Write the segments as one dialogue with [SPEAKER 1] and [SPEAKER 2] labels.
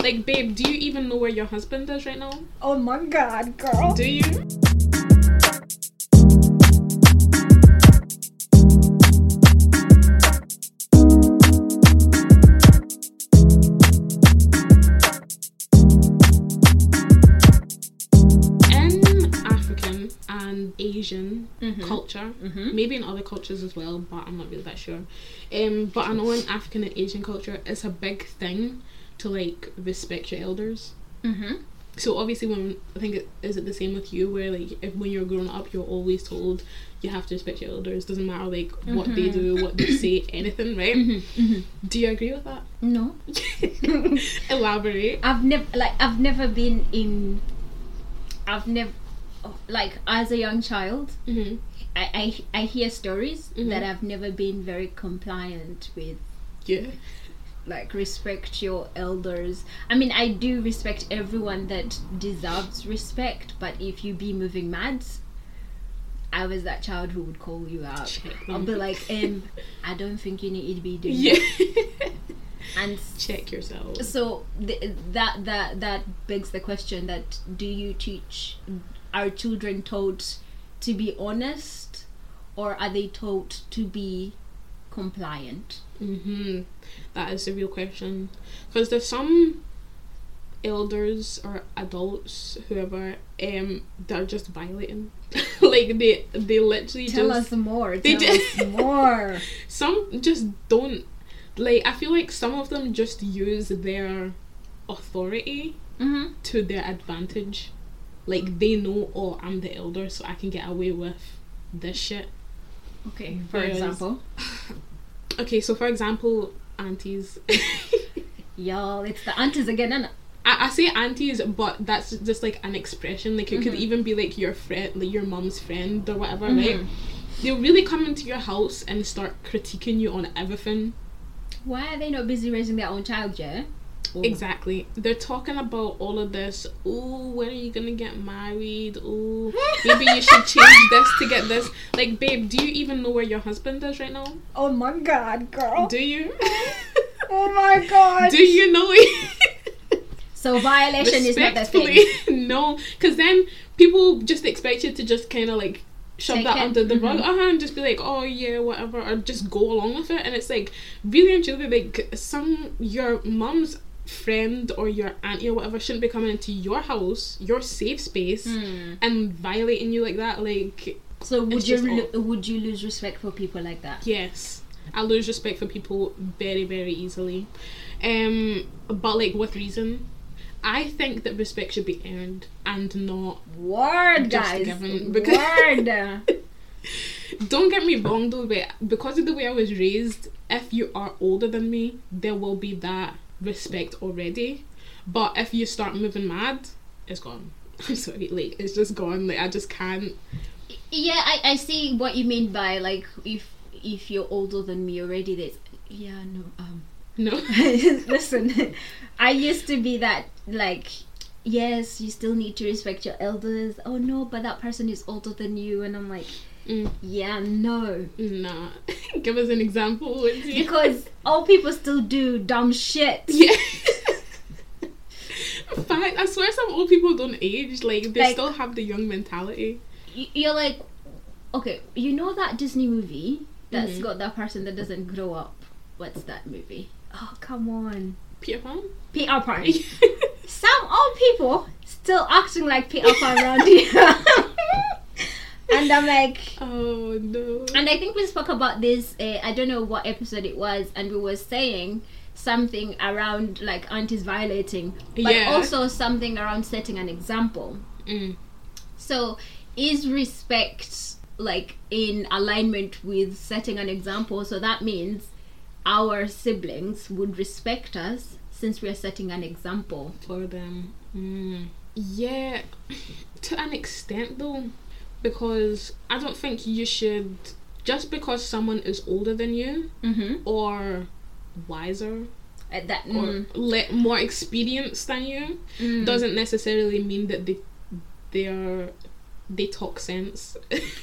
[SPEAKER 1] Like, babe, do you even know where your husband is right now?
[SPEAKER 2] Oh my god, girl.
[SPEAKER 1] Do you? In African and Asian culture,
[SPEAKER 2] Mhm.
[SPEAKER 1] maybe in other cultures as well, but I'm not really that sure. Um, but I know in African and Asian culture, it's a big thing to like respect your elders.
[SPEAKER 2] Mm-hmm.
[SPEAKER 1] So obviously, when I think it, is it the same with you, where like if when you're grown up, you're always told you have to respect your elders. Doesn't matter like what they do, what they say, anything, right? Do you agree with that?
[SPEAKER 2] No,
[SPEAKER 1] Elaborate.
[SPEAKER 2] I've never like I've never been in. I've never like as a young child,
[SPEAKER 1] Mm-hmm.
[SPEAKER 2] I I, I hear stories
[SPEAKER 1] Mhm.
[SPEAKER 2] that I've never been very compliant with.
[SPEAKER 1] Yeah.
[SPEAKER 2] Like respect your elders. I mean, I do respect everyone that deserves respect, but if you be moving mad, I was that child who would call you out.
[SPEAKER 1] Check
[SPEAKER 2] I'll
[SPEAKER 1] them.
[SPEAKER 2] be like, um, I don't think you need to be doing
[SPEAKER 1] Yeah.
[SPEAKER 2] that. And
[SPEAKER 1] Check yourself.
[SPEAKER 2] so th- that that that begs the question that do you teach are children taught to be honest or are they taught to be compliant
[SPEAKER 1] Mm-hmm. That is the real question. Because there's some elders or adults, whoever, um, that are just violating. like they, they literally
[SPEAKER 2] tell
[SPEAKER 1] just
[SPEAKER 2] us more
[SPEAKER 1] they
[SPEAKER 2] tell
[SPEAKER 1] just-
[SPEAKER 2] us more
[SPEAKER 1] some just don't like i feel like some of them just use their authority
[SPEAKER 2] mm-hmm.
[SPEAKER 1] to their advantage like they know oh i'm the elder so i can get away with this shit
[SPEAKER 2] okay for
[SPEAKER 1] Whereas-
[SPEAKER 2] example
[SPEAKER 1] okay so for example aunties
[SPEAKER 2] y'all it's the aunties again and
[SPEAKER 1] I, I say aunties but that's just like an expression like it could even be like your friend like your mom's friend or whatever right
[SPEAKER 2] Mm-hmm.
[SPEAKER 1] they'll really come into your house and start critiquing you on everything
[SPEAKER 2] why are they not busy raising their own child yeah Oh.
[SPEAKER 1] Exactly. They're talking about all of this. Oh, when are you gonna get married? Oh, maybe you should change this to get this. Like, babe, do you even know where your husband is right now?
[SPEAKER 2] oh my god girl
[SPEAKER 1] Do you?
[SPEAKER 2] oh my god
[SPEAKER 1] do you know?
[SPEAKER 2] so violation is not the
[SPEAKER 1] Respectfully,
[SPEAKER 2] thing
[SPEAKER 1] no. Because then people just expect you to just kind of like shove
[SPEAKER 2] Take
[SPEAKER 1] that
[SPEAKER 2] it. Mm-hmm.
[SPEAKER 1] under the rug uh-huh, and just be like, oh yeah, whatever, or just go along with it. And it's like really and truly, like some your mom's friend or your auntie or whatever shouldn't be coming into your house, your safe space,
[SPEAKER 2] Hmm.
[SPEAKER 1] and violating you like that. Like
[SPEAKER 2] so would
[SPEAKER 1] It's
[SPEAKER 2] you
[SPEAKER 1] just
[SPEAKER 2] lo- would you lose respect for people like that
[SPEAKER 1] yes, I lose respect for people very very easily, um, but like with reason. I think that respect should be earned and not
[SPEAKER 2] Word,
[SPEAKER 1] Just
[SPEAKER 2] guys.
[SPEAKER 1] given- because-
[SPEAKER 2] Word.
[SPEAKER 1] Don't get me wrong though, but because of the way I was raised, if you are older than me, there will be that respect already. But if you start moving mad, it's gone. I'm sorry, like it's just gone. Like I just can't.
[SPEAKER 2] yeah, I, I see what you mean by like if if you're older than me already. There's yeah no um.
[SPEAKER 1] No.
[SPEAKER 2] Listen, I used to be that like yes you still need to respect your elders. Oh no, but that person is older than you, and I'm like
[SPEAKER 1] Mm.
[SPEAKER 2] yeah no
[SPEAKER 1] Nah. Give us an example. would you?
[SPEAKER 2] because old people still do dumb shit.
[SPEAKER 1] Yeah. Fact, I swear some old people don't age. Like they
[SPEAKER 2] Like-
[SPEAKER 1] still have the young mentality.
[SPEAKER 2] Y- You're like okay, you know that Disney movie that's
[SPEAKER 1] Mhm.
[SPEAKER 2] got that person that doesn't grow up. What's that movie? Oh come on.
[SPEAKER 1] Peter Pan.
[SPEAKER 2] Peter Pan. Some old people still acting like Peter Pan around here. and I'm like,
[SPEAKER 1] oh no.
[SPEAKER 2] and I think we spoke about this. Uh, I don't know what episode it was, and we were saying something around like aunties violating, but
[SPEAKER 1] Yeah.
[SPEAKER 2] also something around setting an example.
[SPEAKER 1] Mm.
[SPEAKER 2] So is respect like in alignment with setting an example? So that means our siblings would respect us since we are setting an example
[SPEAKER 1] for them. Mm. Yeah, to an extent though, because I don't think you should just because someone is older than you
[SPEAKER 2] Mm-hmm.
[SPEAKER 1] or wiser
[SPEAKER 2] At that.
[SPEAKER 1] or
[SPEAKER 2] Mm,
[SPEAKER 1] le- more experienced than you
[SPEAKER 2] mm.
[SPEAKER 1] doesn't necessarily mean that they they are they talk sense.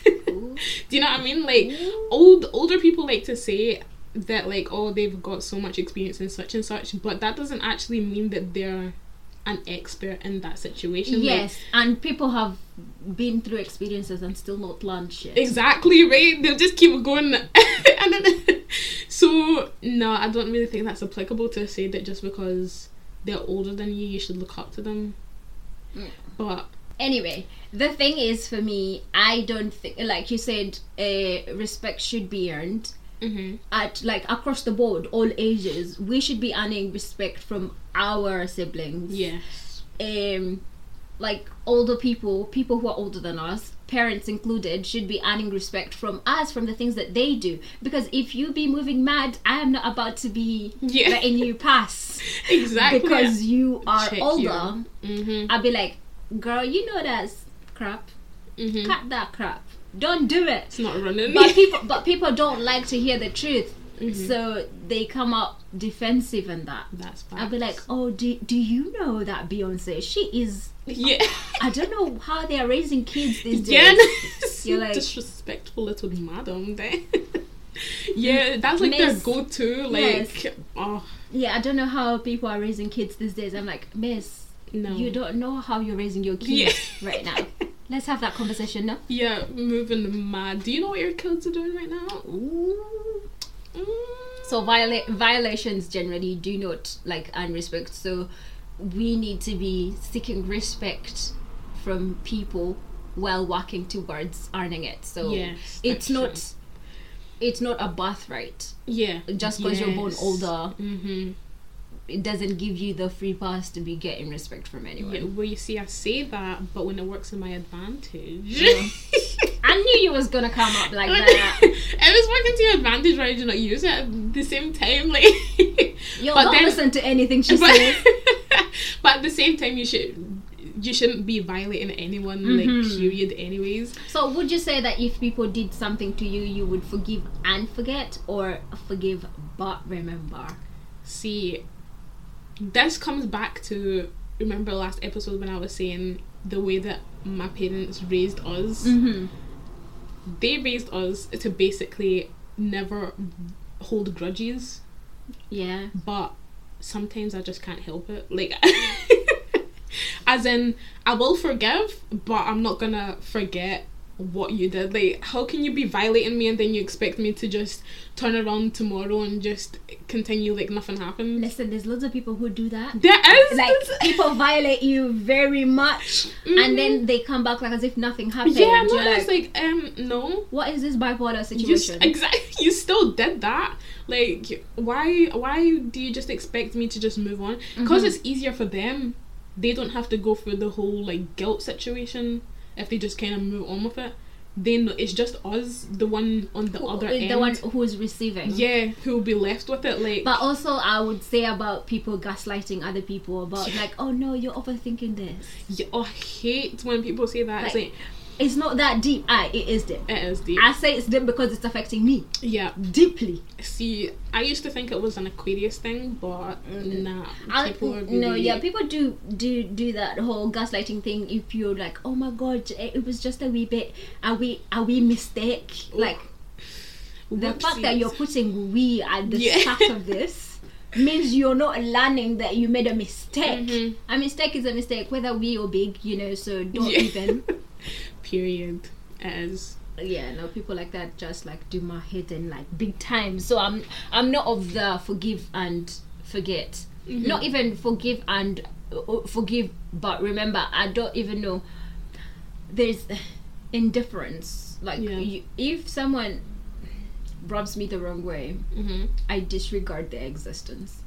[SPEAKER 1] Do you know what I mean? Like old older people like to say that like oh they've got so much experience in such and such, but that doesn't actually mean that they're an expert in that situation. Like,
[SPEAKER 2] Yes, and people have been through experiences and still not learned shit.
[SPEAKER 1] Exactly, right? They'll just keep going. and then, so, no, I don't really think that's applicable to say that just because they're older than you, you should look up to them.
[SPEAKER 2] Yeah.
[SPEAKER 1] But,
[SPEAKER 2] Anyway, the thing is for me, I don't think, like you said, uh, respect should be earned
[SPEAKER 1] hmm
[SPEAKER 2] at like across the board, all ages. We should be earning respect from our siblings.
[SPEAKER 1] yes.
[SPEAKER 2] um like older people, people who are older than us, parents included, should be earning respect from us from the things that they do. Because if you be moving mad, I am not about to be
[SPEAKER 1] Yeah.
[SPEAKER 2] letting you pass
[SPEAKER 1] Exactly.
[SPEAKER 2] because you are
[SPEAKER 1] Check you.
[SPEAKER 2] older.
[SPEAKER 1] hmm
[SPEAKER 2] I'll be like, girl, you know that's crap.
[SPEAKER 1] hmm
[SPEAKER 2] Cut that crap. Don't do it.
[SPEAKER 1] It's not running.
[SPEAKER 2] But people, but people don't like to hear the truth,
[SPEAKER 1] Mm-hmm.
[SPEAKER 2] so they come up defensive and that.
[SPEAKER 1] that's bad.
[SPEAKER 2] I'll be like, oh, do, do you know that Beyonce? She is
[SPEAKER 1] yeah.
[SPEAKER 2] I don't know how they are raising kids these days.
[SPEAKER 1] Yeah, you
[SPEAKER 2] You're like-
[SPEAKER 1] disrespectful little madam there. yeah, that's like
[SPEAKER 2] Miss.
[SPEAKER 1] their go-to. Like, oh
[SPEAKER 2] Yeah, I don't know how people are raising kids these days. I'm like, Miss,
[SPEAKER 1] no,
[SPEAKER 2] you don't know how you're raising your kids
[SPEAKER 1] Yeah.
[SPEAKER 2] right now. Let's have that conversation now.
[SPEAKER 1] Yeah, moving mad. Do you know what your kids are doing right now?
[SPEAKER 2] Ooh.
[SPEAKER 1] Mm.
[SPEAKER 2] So viola- violations generally do not like earn respect. So we need to be seeking respect from people while working towards earning it. So
[SPEAKER 1] Yes,
[SPEAKER 2] it's
[SPEAKER 1] that's
[SPEAKER 2] not. It's not a birthright.
[SPEAKER 1] Yeah.
[SPEAKER 2] Just because you're born
[SPEAKER 1] Yes.
[SPEAKER 2] older,
[SPEAKER 1] Mm-hmm.
[SPEAKER 2] it doesn't give you the free pass to be getting respect from anyone.
[SPEAKER 1] Yeah, well, you see, I say that, but when it works in my advantage.
[SPEAKER 2] Yeah. I knew you was gonna come up like
[SPEAKER 1] When-
[SPEAKER 2] that.
[SPEAKER 1] if it's working to your advantage, why did you not use it at the same time? Like,
[SPEAKER 2] Yo,
[SPEAKER 1] But
[SPEAKER 2] don't
[SPEAKER 1] then-
[SPEAKER 2] listen to anything she
[SPEAKER 1] but,
[SPEAKER 2] says.
[SPEAKER 1] but at the same time, you should you shouldn't be violating anyone.
[SPEAKER 2] Mm-hmm.
[SPEAKER 1] Like, period. Anyways,
[SPEAKER 2] So, would you say that if people did something to you, you would forgive and forget, or forgive but remember?
[SPEAKER 1] see, this comes back to remember last episode when I was saying the way that my parents raised us.
[SPEAKER 2] Mm-hmm.
[SPEAKER 1] they raised us to basically never hold grudges,
[SPEAKER 2] Yeah.
[SPEAKER 1] but sometimes I just can't help it. Like, as in, I will forgive, but I'm not gonna forget what you did. Like, how can you be violating me and then you expect me to just turn around tomorrow and just continue like nothing happened?
[SPEAKER 2] Listen, there's loads of people who do that.
[SPEAKER 1] There is
[SPEAKER 2] Like people violate you very much, and then they come back like as if nothing happened.
[SPEAKER 1] Mm-hmm. yeah, no,
[SPEAKER 2] You're
[SPEAKER 1] it's
[SPEAKER 2] like,
[SPEAKER 1] like um, no.
[SPEAKER 2] what is this bipolar
[SPEAKER 1] you s-
[SPEAKER 2] situation?
[SPEAKER 1] exactly you still did that like why why do you just expect me to just move on
[SPEAKER 2] Mm-hmm.
[SPEAKER 1] because it's easier for them they don't have to go through the whole like guilt situation if they just kind of move on with it then it's just us the one on the
[SPEAKER 2] Who-
[SPEAKER 1] other
[SPEAKER 2] the
[SPEAKER 1] end
[SPEAKER 2] one who's receiving.
[SPEAKER 1] yeah who'll be left with it like
[SPEAKER 2] But also, I would say about people gaslighting other people about like, oh no, you're overthinking this.
[SPEAKER 1] yeah, oh, i hate when people say that it's
[SPEAKER 2] Like-
[SPEAKER 1] like
[SPEAKER 2] It's not that deep. I it is deep.
[SPEAKER 1] it is deep
[SPEAKER 2] I say it's deep because it's affecting me
[SPEAKER 1] yeah
[SPEAKER 2] deeply.
[SPEAKER 1] see i used to think it was an aquarius thing but nah
[SPEAKER 2] I,
[SPEAKER 1] people are
[SPEAKER 2] no,
[SPEAKER 1] really-
[SPEAKER 2] yeah, people do do do that whole gaslighting thing. If you're like, oh my god, it it was just a wee bit. Are we are we mistake? Like the fact that
[SPEAKER 1] Whoopsies.
[SPEAKER 2] you're putting we at the
[SPEAKER 1] Yeah.
[SPEAKER 2] start of this means you're not learning that you made a mistake.
[SPEAKER 1] Mhm.
[SPEAKER 2] A mistake is a mistake, whether we or big, you know. So don't
[SPEAKER 1] Yeah.
[SPEAKER 2] even.
[SPEAKER 1] period as
[SPEAKER 2] yeah no people like that just like do my head in like big time so i'm i'm not of the forgive and forget not even forgive and uh, forgive but remember i don't even know there's indifference like
[SPEAKER 1] Yeah.
[SPEAKER 2] you, if someone rubs me the wrong way i disregard their existence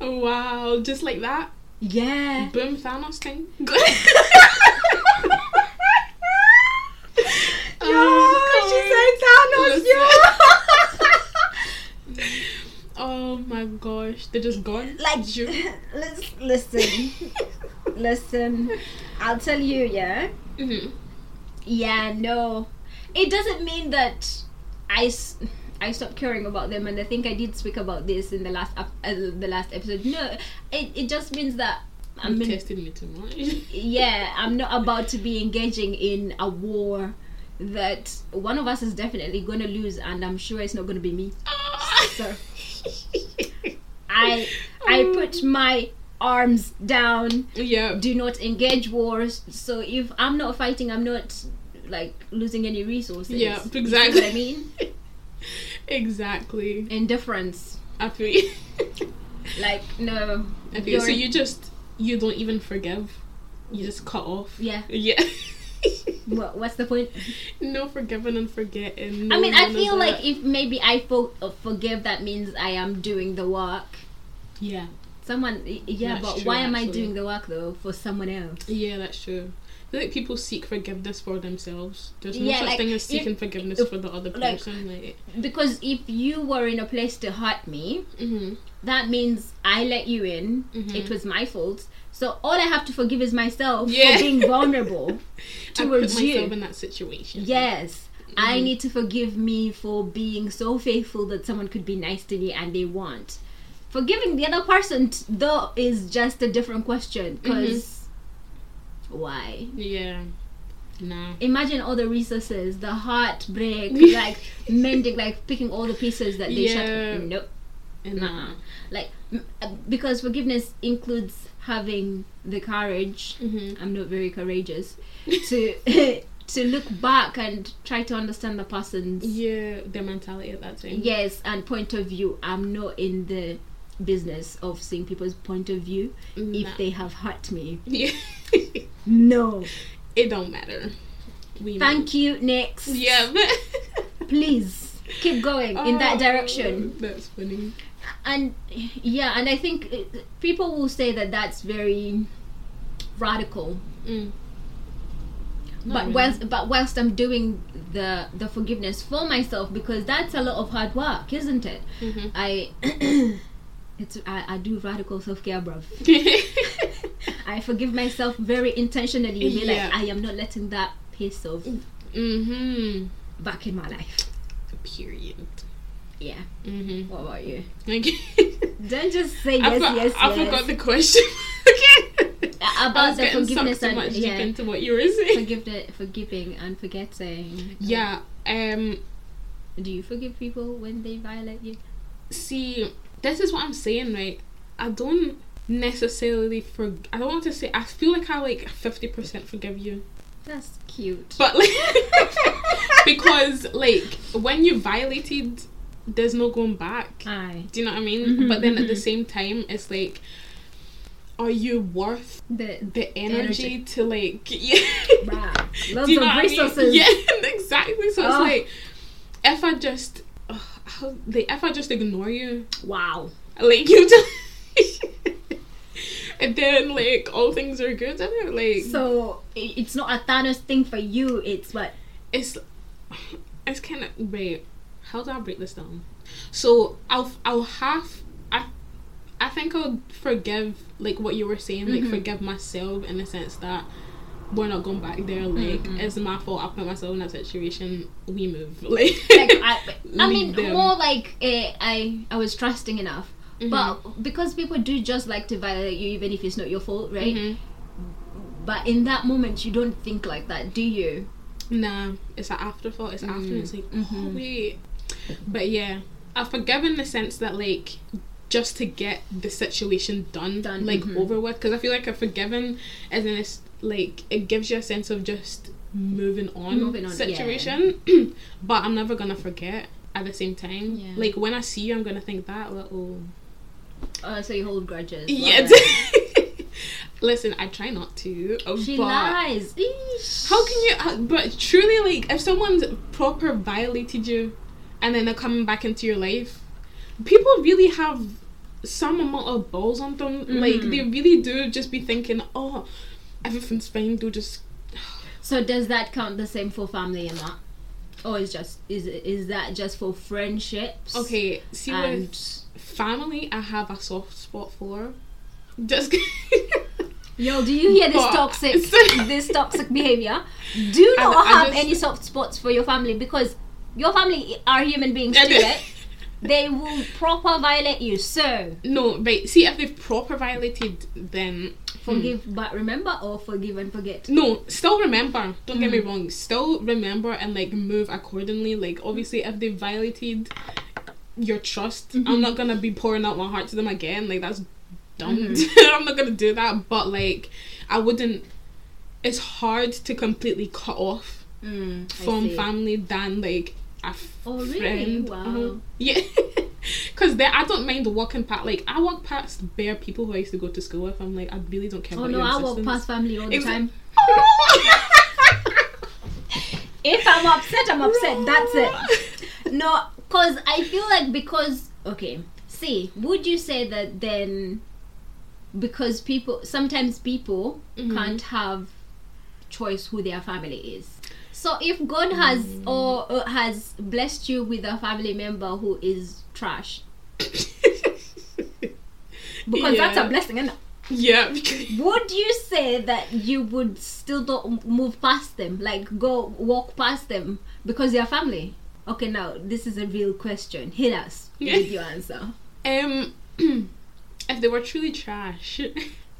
[SPEAKER 1] Oh, wow just like that
[SPEAKER 2] yeah
[SPEAKER 1] boom thanos thing
[SPEAKER 2] Thanos,
[SPEAKER 1] oh my gosh they're just gone
[SPEAKER 2] like
[SPEAKER 1] you
[SPEAKER 2] let's listen listen i'll tell you yeah
[SPEAKER 1] Mhm.
[SPEAKER 2] yeah no it doesn't mean that i s- I stopped caring about them and i think i did speak about this in the last ep- uh, the last episode no it, it just means that i
[SPEAKER 1] you
[SPEAKER 2] mean
[SPEAKER 1] tested me too much
[SPEAKER 2] yeah i'm not about to be engaging in a war that one of us is definitely going to lose, and I'm sure it's not going to be me. So I I put my arms down.
[SPEAKER 1] Oh. yeah.
[SPEAKER 2] Do not engage wars. So if I'm not fighting, I'm not like losing any resources.
[SPEAKER 1] Yeah,
[SPEAKER 2] You see
[SPEAKER 1] exactly.
[SPEAKER 2] what I mean,
[SPEAKER 1] Exactly.
[SPEAKER 2] indifference.
[SPEAKER 1] I feel.
[SPEAKER 2] Like no.
[SPEAKER 1] okay,
[SPEAKER 2] you're-
[SPEAKER 1] so you just you don't even forgive. You just cut off.
[SPEAKER 2] yeah.
[SPEAKER 1] Yeah.
[SPEAKER 2] What, what's the point?
[SPEAKER 1] no forgiving and forgetting.
[SPEAKER 2] I
[SPEAKER 1] no
[SPEAKER 2] mean, I
[SPEAKER 1] none of
[SPEAKER 2] feel
[SPEAKER 1] that.
[SPEAKER 2] like if maybe I fo- uh, forgive, that means I am doing the work.
[SPEAKER 1] yeah,
[SPEAKER 2] Someone, y- yeah,
[SPEAKER 1] That's
[SPEAKER 2] but
[SPEAKER 1] true,
[SPEAKER 2] why am I
[SPEAKER 1] actually.
[SPEAKER 2] doing the work though for someone else?
[SPEAKER 1] yeah, that's true. I feel like people seek forgiveness for themselves. There's no
[SPEAKER 2] Yeah,
[SPEAKER 1] such
[SPEAKER 2] like,
[SPEAKER 1] thing as
[SPEAKER 2] you-
[SPEAKER 1] seeking forgiveness for the other
[SPEAKER 2] like-
[SPEAKER 1] person. Like,
[SPEAKER 2] Because if you were in a place to hurt me,
[SPEAKER 1] mm-hmm.
[SPEAKER 2] that means I let you in.
[SPEAKER 1] Mhm.
[SPEAKER 2] It was my fault. So all I have to forgive is myself
[SPEAKER 1] Yeah.
[SPEAKER 2] for being vulnerable
[SPEAKER 1] I put myself
[SPEAKER 2] towards you.
[SPEAKER 1] in that situation.
[SPEAKER 2] Yes. I need to forgive me for being so faithful that someone could be nice to me and they want. Forgiving the other person, t- though, is just a different question because why?
[SPEAKER 1] Yeah. Nah.
[SPEAKER 2] Imagine all the resources, the heartbreak, like mending, like picking all the pieces that they
[SPEAKER 1] Yeah.
[SPEAKER 2] shut. Nope.
[SPEAKER 1] And
[SPEAKER 2] Nah. Like, m- uh, because forgiveness includes having the courage.
[SPEAKER 1] Mhm.
[SPEAKER 2] I'm not very courageous to to look back and try to understand the person's
[SPEAKER 1] Yeah, their mentality at that time.
[SPEAKER 2] yes and point of view. I'm not in the business of seeing people's point of view
[SPEAKER 1] Nah.
[SPEAKER 2] if they have hurt me.
[SPEAKER 1] Yeah.
[SPEAKER 2] No.
[SPEAKER 1] it don't matter. We
[SPEAKER 2] Thank you. Next,
[SPEAKER 1] know. Yeah, but
[SPEAKER 2] please keep going in that
[SPEAKER 1] Oh,
[SPEAKER 2] direction.
[SPEAKER 1] That's funny.
[SPEAKER 2] and yeah and i think it, people will say that that's very radical
[SPEAKER 1] Mm. Not
[SPEAKER 2] but
[SPEAKER 1] really.
[SPEAKER 2] whilst but whilst i'm doing the the forgiveness for myself because that's a lot of hard work isn't it
[SPEAKER 1] Mhm.
[SPEAKER 2] i it's I, I do radical self-care bruv i forgive myself very intentionally be
[SPEAKER 1] Yeah. Mm.
[SPEAKER 2] like i am not letting that piece of Mm-hmm.
[SPEAKER 1] mhm.
[SPEAKER 2] back in my life
[SPEAKER 1] Period.
[SPEAKER 2] yeah
[SPEAKER 1] Mhm.
[SPEAKER 2] what about you
[SPEAKER 1] Okay.
[SPEAKER 2] Mm-hmm. don't just say
[SPEAKER 1] I,
[SPEAKER 2] yes
[SPEAKER 1] for-
[SPEAKER 2] yes
[SPEAKER 1] I
[SPEAKER 2] yes
[SPEAKER 1] forgot the question. okay.
[SPEAKER 2] A-
[SPEAKER 1] I
[SPEAKER 2] about
[SPEAKER 1] was
[SPEAKER 2] the
[SPEAKER 1] getting
[SPEAKER 2] forgiveness
[SPEAKER 1] sucked too
[SPEAKER 2] and
[SPEAKER 1] much
[SPEAKER 2] yeah
[SPEAKER 1] deep into what you were saying.
[SPEAKER 2] forgive forgiving and forgetting.
[SPEAKER 1] Yeah. Um.
[SPEAKER 2] Do you forgive people when they violate you?
[SPEAKER 1] see this is what i'm saying right i don't necessarily for i don't want to say i feel like i like 50% forgive you
[SPEAKER 2] That's cute.
[SPEAKER 1] but like because like when you violated there's no going back
[SPEAKER 2] Aye.
[SPEAKER 1] do you know what i mean
[SPEAKER 2] Mhm,
[SPEAKER 1] but then at the
[SPEAKER 2] mhm.
[SPEAKER 1] same time it's like are you worth
[SPEAKER 2] The
[SPEAKER 1] the energy,
[SPEAKER 2] Energy.
[SPEAKER 1] to like yeah
[SPEAKER 2] wow.
[SPEAKER 1] Do
[SPEAKER 2] Lots
[SPEAKER 1] you know
[SPEAKER 2] of
[SPEAKER 1] what I mean?
[SPEAKER 2] resources.
[SPEAKER 1] Yeah, exactly. So
[SPEAKER 2] Ugh.
[SPEAKER 1] it's like if I just ugh, how, like, if I just ignore you,
[SPEAKER 2] Wow.
[SPEAKER 1] like you just and then like all things are good and it like
[SPEAKER 2] So i- it's not a Thanos thing for you. It's what
[SPEAKER 1] it's it's kind of wait how do i break this down so i'll i'll have i i think i'll forgive like what you were saying like
[SPEAKER 2] Mhm.
[SPEAKER 1] forgive myself in the sense that we're not going back there like
[SPEAKER 2] Mhm.
[SPEAKER 1] it's my fault i put myself in that situation we move like,
[SPEAKER 2] like I, I mean
[SPEAKER 1] leave them.
[SPEAKER 2] more like eh, I I was trusting enough.
[SPEAKER 1] Mhm.
[SPEAKER 2] But because people do just like to violate you, even if it's not your fault, right?
[SPEAKER 1] Mhm. Mm-hmm.
[SPEAKER 2] But in that moment, you don't think like that, do you?
[SPEAKER 1] Nah, it's an afterthought. It's after. It's like, oh
[SPEAKER 2] Mhm.
[SPEAKER 1] wait. But yeah, I forgive in the sense that like, just to get the situation done,
[SPEAKER 2] Done,
[SPEAKER 1] like
[SPEAKER 2] mhm.
[SPEAKER 1] over with. Because I feel like a forgiven is in this like it gives you a sense of just moving on,
[SPEAKER 2] Moving on, yeah.
[SPEAKER 1] situation. but I'm never gonna forget. At the same time,
[SPEAKER 2] Yeah.
[SPEAKER 1] like when I see you, I'm gonna think that little.
[SPEAKER 2] Uh, so you hold grudges.
[SPEAKER 1] Yeah.
[SPEAKER 2] whatever.
[SPEAKER 1] Listen, I try not to.
[SPEAKER 2] She
[SPEAKER 1] but
[SPEAKER 2] lies. Eesh.
[SPEAKER 1] How can you? how- But truly, like, if someone's proper violated you, and then they're coming back into your life, people really have some amount of balls on them. Like,
[SPEAKER 2] Mhm.
[SPEAKER 1] they really do just be thinking, "Oh, everything's fine. They'll just."
[SPEAKER 2] So does that count the same for family and that, or is just is is that just for friendships?
[SPEAKER 1] Okay, see
[SPEAKER 2] And
[SPEAKER 1] with family, I have a soft spot for. Just.
[SPEAKER 2] yo, do you hear this
[SPEAKER 1] But-
[SPEAKER 2] toxic this toxic behavior? Do
[SPEAKER 1] I-
[SPEAKER 2] not
[SPEAKER 1] I
[SPEAKER 2] have
[SPEAKER 1] just-
[SPEAKER 2] any soft spots for your family because your family are human beings too, right? They will proper violate you. So
[SPEAKER 1] No, right. See, if they've proper violated, then
[SPEAKER 2] forgive but remember or forgive and forget.
[SPEAKER 1] No, still remember. Don't
[SPEAKER 2] Mm.
[SPEAKER 1] get me wrong. Still remember and like move accordingly. Like obviously, if they violated your trust,
[SPEAKER 2] Mm-hmm.
[SPEAKER 1] I'm not gonna be pouring out my heart to them again. Like that's dumb.
[SPEAKER 2] Mm-hmm.
[SPEAKER 1] I'm not gonna do that. But like, I wouldn't. It's hard to completely cut off
[SPEAKER 2] Mm, I
[SPEAKER 1] from
[SPEAKER 2] see.
[SPEAKER 1] family than like a f-
[SPEAKER 2] Oh, really?
[SPEAKER 1] friend.
[SPEAKER 2] Wow.
[SPEAKER 1] Uh-huh. Yeah. Cause there, I don't mind walking past. Like I walk past bare people who I used to go to school with. I'm like, I really don't care.
[SPEAKER 2] Oh
[SPEAKER 1] about
[SPEAKER 2] no,
[SPEAKER 1] your
[SPEAKER 2] I walk
[SPEAKER 1] existence.
[SPEAKER 2] past family all the
[SPEAKER 1] Exa-
[SPEAKER 2] time. If I'm upset, I'm upset. That's it. No, cause I feel like because okay, see, would you say that then because people sometimes people
[SPEAKER 1] Mhm.
[SPEAKER 2] can't have choice who their family is. So if God has or uh, has blessed you with a family member who is trash, because that's
[SPEAKER 1] Yeah.
[SPEAKER 2] a blessing, and
[SPEAKER 1] yeah.
[SPEAKER 2] would you say that you would still don't move past them, like go walk past them because they're family? Okay, now this is a real question. Hit us with your answer.
[SPEAKER 1] Um, if they were truly trash,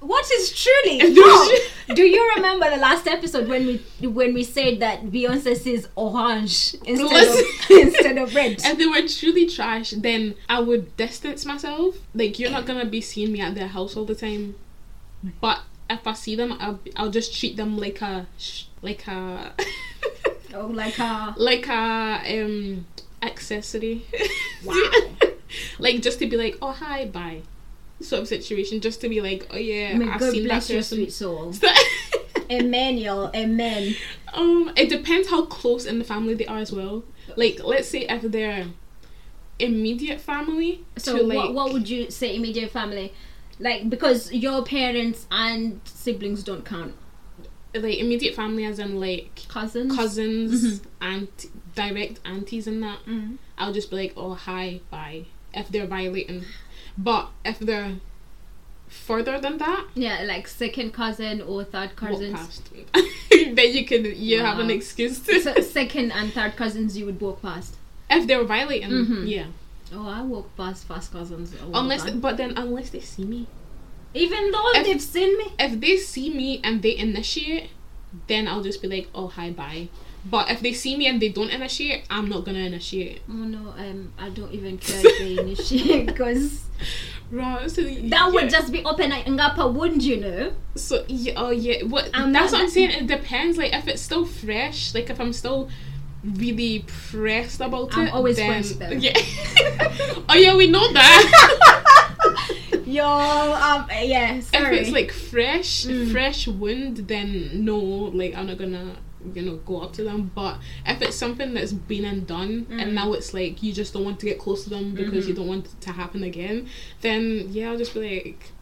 [SPEAKER 2] What is truly?
[SPEAKER 1] If there's-
[SPEAKER 2] No. Do you remember the last episode when we when we said that Beyonce says orange instead of
[SPEAKER 1] Listen.
[SPEAKER 2] instead of red?
[SPEAKER 1] if they were truly trash, then I would distance myself. Like you're not gonna be seeing me at their house all the time, but if I see them, I'll, I'll just treat them like a sh- like a
[SPEAKER 2] Oh, like uh,
[SPEAKER 1] like a um accessory.
[SPEAKER 2] Wow.
[SPEAKER 1] like just to be like, oh hi, bye, sort of situation. Just to be like, oh yeah,
[SPEAKER 2] may
[SPEAKER 1] I've
[SPEAKER 2] God
[SPEAKER 1] seen
[SPEAKER 2] bless
[SPEAKER 1] that
[SPEAKER 2] your
[SPEAKER 1] person.
[SPEAKER 2] sweet soul.
[SPEAKER 1] So-
[SPEAKER 2] Amen, y'all. Amen.
[SPEAKER 1] Um, it depends how close in the family they are as well. Like, let's say if they're immediate family,
[SPEAKER 2] So,
[SPEAKER 1] to like,
[SPEAKER 2] what, what would you say, immediate family? Like, because your parents and siblings don't count.
[SPEAKER 1] like immediate family as in like
[SPEAKER 2] Cousins? Mm-hmm.
[SPEAKER 1] cousins, aunt, direct aunties and that,
[SPEAKER 2] Mm.
[SPEAKER 1] I'll just be like, oh hi, bye. If they're violating, but if they're further than that,
[SPEAKER 2] Yeah, like second cousin or third
[SPEAKER 1] walk
[SPEAKER 2] cousins.
[SPEAKER 1] past. then you can you have an
[SPEAKER 2] Wow.
[SPEAKER 1] excuse to.
[SPEAKER 2] Se- second and third cousins you would walk past.
[SPEAKER 1] if they're violating,
[SPEAKER 2] Mhm.
[SPEAKER 1] yeah.
[SPEAKER 2] Oh, I walk past first cousins. all the
[SPEAKER 1] Unless,
[SPEAKER 2] time.
[SPEAKER 1] but then unless they see me.
[SPEAKER 2] even though
[SPEAKER 1] if-
[SPEAKER 2] they've seen me.
[SPEAKER 1] if they see me and they initiate, then I'll just be like, oh, hi, bye. But if they see me and they don't initiate, I'm not gonna initiate.
[SPEAKER 2] Oh no, um, I don't even care if they initiate because
[SPEAKER 1] Right? So
[SPEAKER 2] that
[SPEAKER 1] yeah.
[SPEAKER 2] would just be open and up, wouldn't you know?
[SPEAKER 1] So yeah, oh yeah. What?
[SPEAKER 2] I'm
[SPEAKER 1] that's
[SPEAKER 2] not-
[SPEAKER 1] what I'm saying. It depends. Like if it's still fresh, like if I'm still really pressed about
[SPEAKER 2] I'm
[SPEAKER 1] it,
[SPEAKER 2] always
[SPEAKER 1] then,
[SPEAKER 2] pressed, though.
[SPEAKER 1] Yeah. oh yeah, we know that.
[SPEAKER 2] Yo, um, yeah,
[SPEAKER 1] if
[SPEAKER 2] sorry.
[SPEAKER 1] it's like fresh,
[SPEAKER 2] Mm.
[SPEAKER 1] fresh wound, then no, like I'm not gonna, you know, go up to them. But if it's something that's been and done,
[SPEAKER 2] Mm. Mm-hmm.
[SPEAKER 1] and now it's like you just don't want to get close to them because you don't want it to happen again, then yeah, I'll just be like,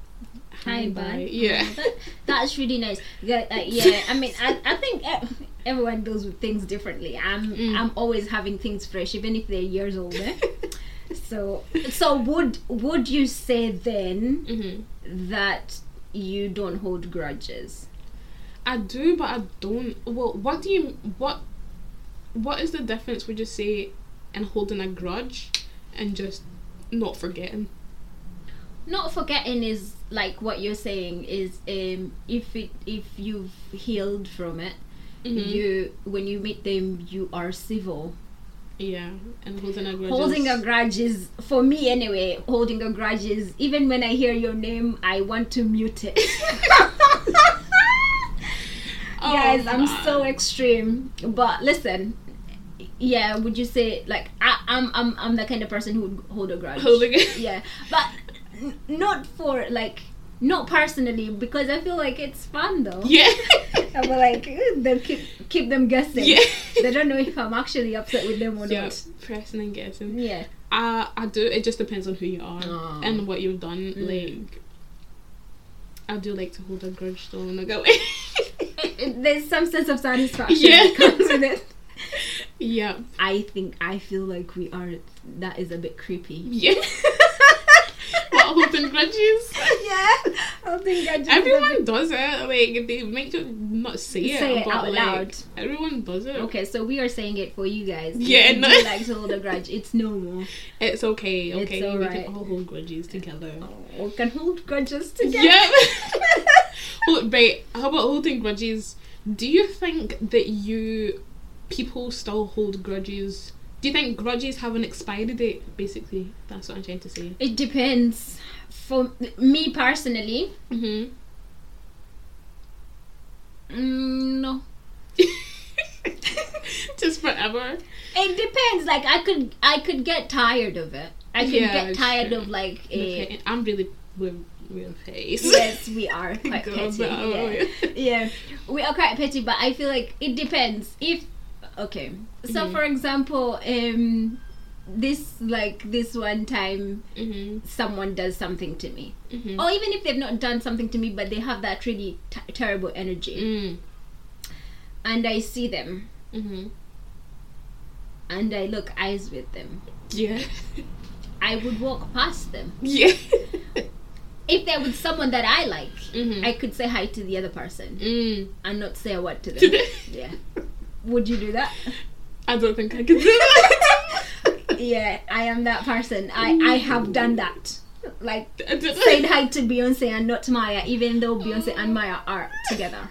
[SPEAKER 2] Hi, bye.
[SPEAKER 1] yeah,
[SPEAKER 2] Oh, that, that's really nice. Yeah, uh, yeah. I mean, I, I think e- everyone deals with things differently. I'm
[SPEAKER 1] Mm.
[SPEAKER 2] I'm always having things fresh, even if they're years older. so so would would you say then
[SPEAKER 1] hmm
[SPEAKER 2] that you don't hold grudges?
[SPEAKER 1] I do, but I don't. Well, what do you what? What is the difference? Would you say, in holding a grudge, and just not forgetting?
[SPEAKER 2] Not forgetting is like what you're saying is um if it if you've healed from it, Mm-hmm.
[SPEAKER 1] Mhm.
[SPEAKER 2] you when you meet them you are civil.
[SPEAKER 1] yeah, and holding a grudge.
[SPEAKER 2] holding a
[SPEAKER 1] is-
[SPEAKER 2] grudge is for me anyway holding a grudge is even when i hear your name i want to mute it
[SPEAKER 1] Oh,
[SPEAKER 2] guys i'm so
[SPEAKER 1] man.
[SPEAKER 2] extreme but listen yeah would you say like I, i'm i'm i'm the kind of person who would hold a grudge
[SPEAKER 1] holding. a-
[SPEAKER 2] yeah but n- not for like not personally because i feel like it's fun though
[SPEAKER 1] Yeah.
[SPEAKER 2] i'm like "Ooh, they'll keep, keep them guessing
[SPEAKER 1] yeah.
[SPEAKER 2] they don't know if i'm actually upset with them or
[SPEAKER 1] yeah.
[SPEAKER 2] not
[SPEAKER 1] Pressing and guessing.
[SPEAKER 2] yeah
[SPEAKER 1] I I do. It just depends on who you are
[SPEAKER 2] Oh.
[SPEAKER 1] and what you've done.
[SPEAKER 2] Mm.
[SPEAKER 1] Like, I do like to hold a grudge though and I go.
[SPEAKER 2] there's some sense of satisfaction
[SPEAKER 1] Yeah.
[SPEAKER 2] that comes with it.
[SPEAKER 1] yeah.
[SPEAKER 2] I think I feel like we are. That is a bit creepy.
[SPEAKER 1] Yeah. Not holding grudges.
[SPEAKER 2] yeah, I think I just
[SPEAKER 1] Everyone does it. Like they make you not say it,
[SPEAKER 2] Say it
[SPEAKER 1] but
[SPEAKER 2] out
[SPEAKER 1] like,
[SPEAKER 2] loud.
[SPEAKER 1] Everyone does it.
[SPEAKER 2] Okay, so we are saying it for you guys. If
[SPEAKER 1] Yeah,
[SPEAKER 2] you
[SPEAKER 1] no.
[SPEAKER 2] do like to hold a grudge. It's normal.
[SPEAKER 1] It's okay.
[SPEAKER 2] It's
[SPEAKER 1] Okay, we
[SPEAKER 2] alright.
[SPEAKER 1] can all hold grudges together.
[SPEAKER 2] We can hold grudges together.
[SPEAKER 1] Yeah. Hold, right, how about holding grudges? Do you think that you people still hold grudges? Do you think grudges have an expiry date? Basically, that's what I'm trying to say.
[SPEAKER 2] It depends. For me personally,
[SPEAKER 1] Mm-hmm.
[SPEAKER 2] mm, no.
[SPEAKER 1] Just forever.
[SPEAKER 2] It depends. Like I could, I could get tired of it. I could
[SPEAKER 1] Yeah,
[SPEAKER 2] get tired
[SPEAKER 1] sure.
[SPEAKER 2] of like a.
[SPEAKER 1] Okay, I'm really we're we're face.
[SPEAKER 2] Eh. yes, we are quite
[SPEAKER 1] Girls
[SPEAKER 2] petty.
[SPEAKER 1] are,
[SPEAKER 2] yeah.
[SPEAKER 1] yeah.
[SPEAKER 2] yeah, we are quite petty, but I feel like it depends. If okay, so
[SPEAKER 1] Mhm.
[SPEAKER 2] for example, um, this like this one time
[SPEAKER 1] Mhm.
[SPEAKER 2] someone does something to me,
[SPEAKER 1] Mhm.
[SPEAKER 2] or even if they've not done something to me, but they have that really t- terrible energy,
[SPEAKER 1] Mm.
[SPEAKER 2] and I see them Mm-hmm.
[SPEAKER 1] Mhm.
[SPEAKER 2] and I look eyes with them,
[SPEAKER 1] Yeah.
[SPEAKER 2] I would walk past them.
[SPEAKER 1] Yeah.
[SPEAKER 2] If they're with someone that I like,
[SPEAKER 1] Mhm.
[SPEAKER 2] I could say hi to the other person
[SPEAKER 1] Mm.
[SPEAKER 2] and not say a word to them. yeah, would you do that?
[SPEAKER 1] I don't think I can do that.
[SPEAKER 2] Yeah, I am that person. I, I have done that. Like
[SPEAKER 1] I don't-
[SPEAKER 2] saying hi to Beyonce and not Maya, even though Beyonce and Maya are together.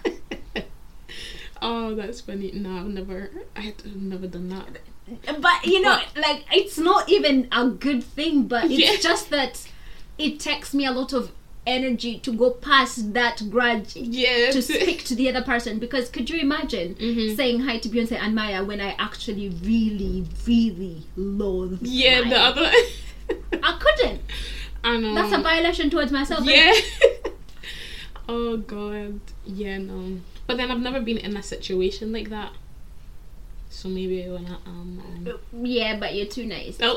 [SPEAKER 1] Oh, that's funny. No, I've never, I've never done that.
[SPEAKER 2] But you know, like it's not even a good thing, but it's
[SPEAKER 1] Yeah.
[SPEAKER 2] just that it takes me a lot of energy to go past that grudge
[SPEAKER 1] Yeah.
[SPEAKER 2] to speak to the other person because could you imagine
[SPEAKER 1] Mhm.
[SPEAKER 2] saying hi to Beyonce and Maya when I actually really, really loathe
[SPEAKER 1] Yeah, the
[SPEAKER 2] Maya?
[SPEAKER 1] other.
[SPEAKER 2] I couldn't.
[SPEAKER 1] I know.
[SPEAKER 2] Ah, That's a violation towards myself. and
[SPEAKER 1] Yeah. oh god. Yeah, no. But then I've never been in a situation like that. So maybe when I am. Um,
[SPEAKER 2] Yeah, but you're too nice.
[SPEAKER 1] oh.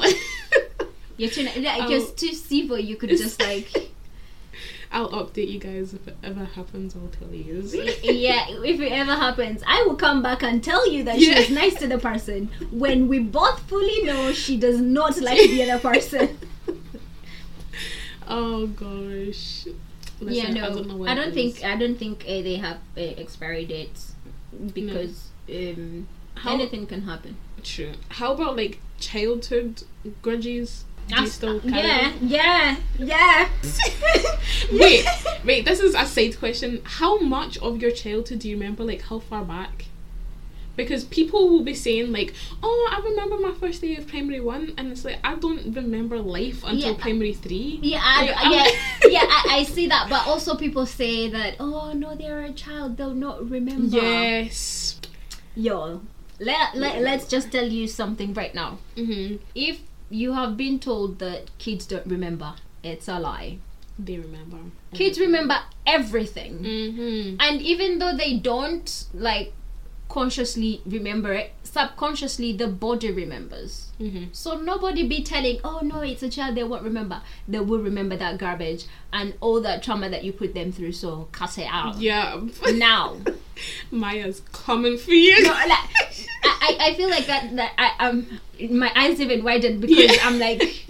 [SPEAKER 2] You're too nice. Like,
[SPEAKER 1] Oh.
[SPEAKER 2] You're too civil. You could just like,
[SPEAKER 1] I'll update you guys if it ever happens. I'll tell you.
[SPEAKER 2] yeah. If it ever happens, I will come back and tell you that she
[SPEAKER 1] Yeah.
[SPEAKER 2] was nice to the person when we both fully know she does not like the other person.
[SPEAKER 1] Oh gosh. Listen,
[SPEAKER 2] yeah, no. I don't,
[SPEAKER 1] what it
[SPEAKER 2] think.
[SPEAKER 1] is.
[SPEAKER 2] I don't think uh, they have uh, expiry dates because um,
[SPEAKER 1] How-
[SPEAKER 2] anything can happen.
[SPEAKER 1] True. How about like childhood grudges? Do you
[SPEAKER 2] That's-
[SPEAKER 1] still carry
[SPEAKER 2] yeah,
[SPEAKER 1] them?
[SPEAKER 2] yeah, yeah,
[SPEAKER 1] Wait, wait. This is a side question. How much of your childhood do you remember? Like how far back? Because people will be saying like, "Oh, I remember my first day of primary one," and it's like I don't remember life until
[SPEAKER 2] Yeah.
[SPEAKER 1] primary three.
[SPEAKER 2] Yeah, I,
[SPEAKER 1] Like, I'm-
[SPEAKER 2] yeah, yeah. I, I see that, but also people say that, oh no, they're a child; they'll not remember.
[SPEAKER 1] Yes.
[SPEAKER 2] Yo, let, let let's just tell you something right now.
[SPEAKER 1] Mhm.
[SPEAKER 2] If you have been told that kids don't remember, it's a lie.
[SPEAKER 1] They remember. Mm.
[SPEAKER 2] Kids remember everything,
[SPEAKER 1] Mhm.
[SPEAKER 2] and even though they don't like consciously remember it, subconsciously the body remembers.
[SPEAKER 1] Mhm.
[SPEAKER 2] So nobody be telling, oh no, it's a child, they won't remember. They will remember that garbage and all that trauma that you put them through, so cut it out.
[SPEAKER 1] Yeah.
[SPEAKER 2] Now.
[SPEAKER 1] Maya's coming for you.
[SPEAKER 2] No, like, I, I I feel like that, that I, um, my eyes even widened because
[SPEAKER 1] Yeah.
[SPEAKER 2] I'm like,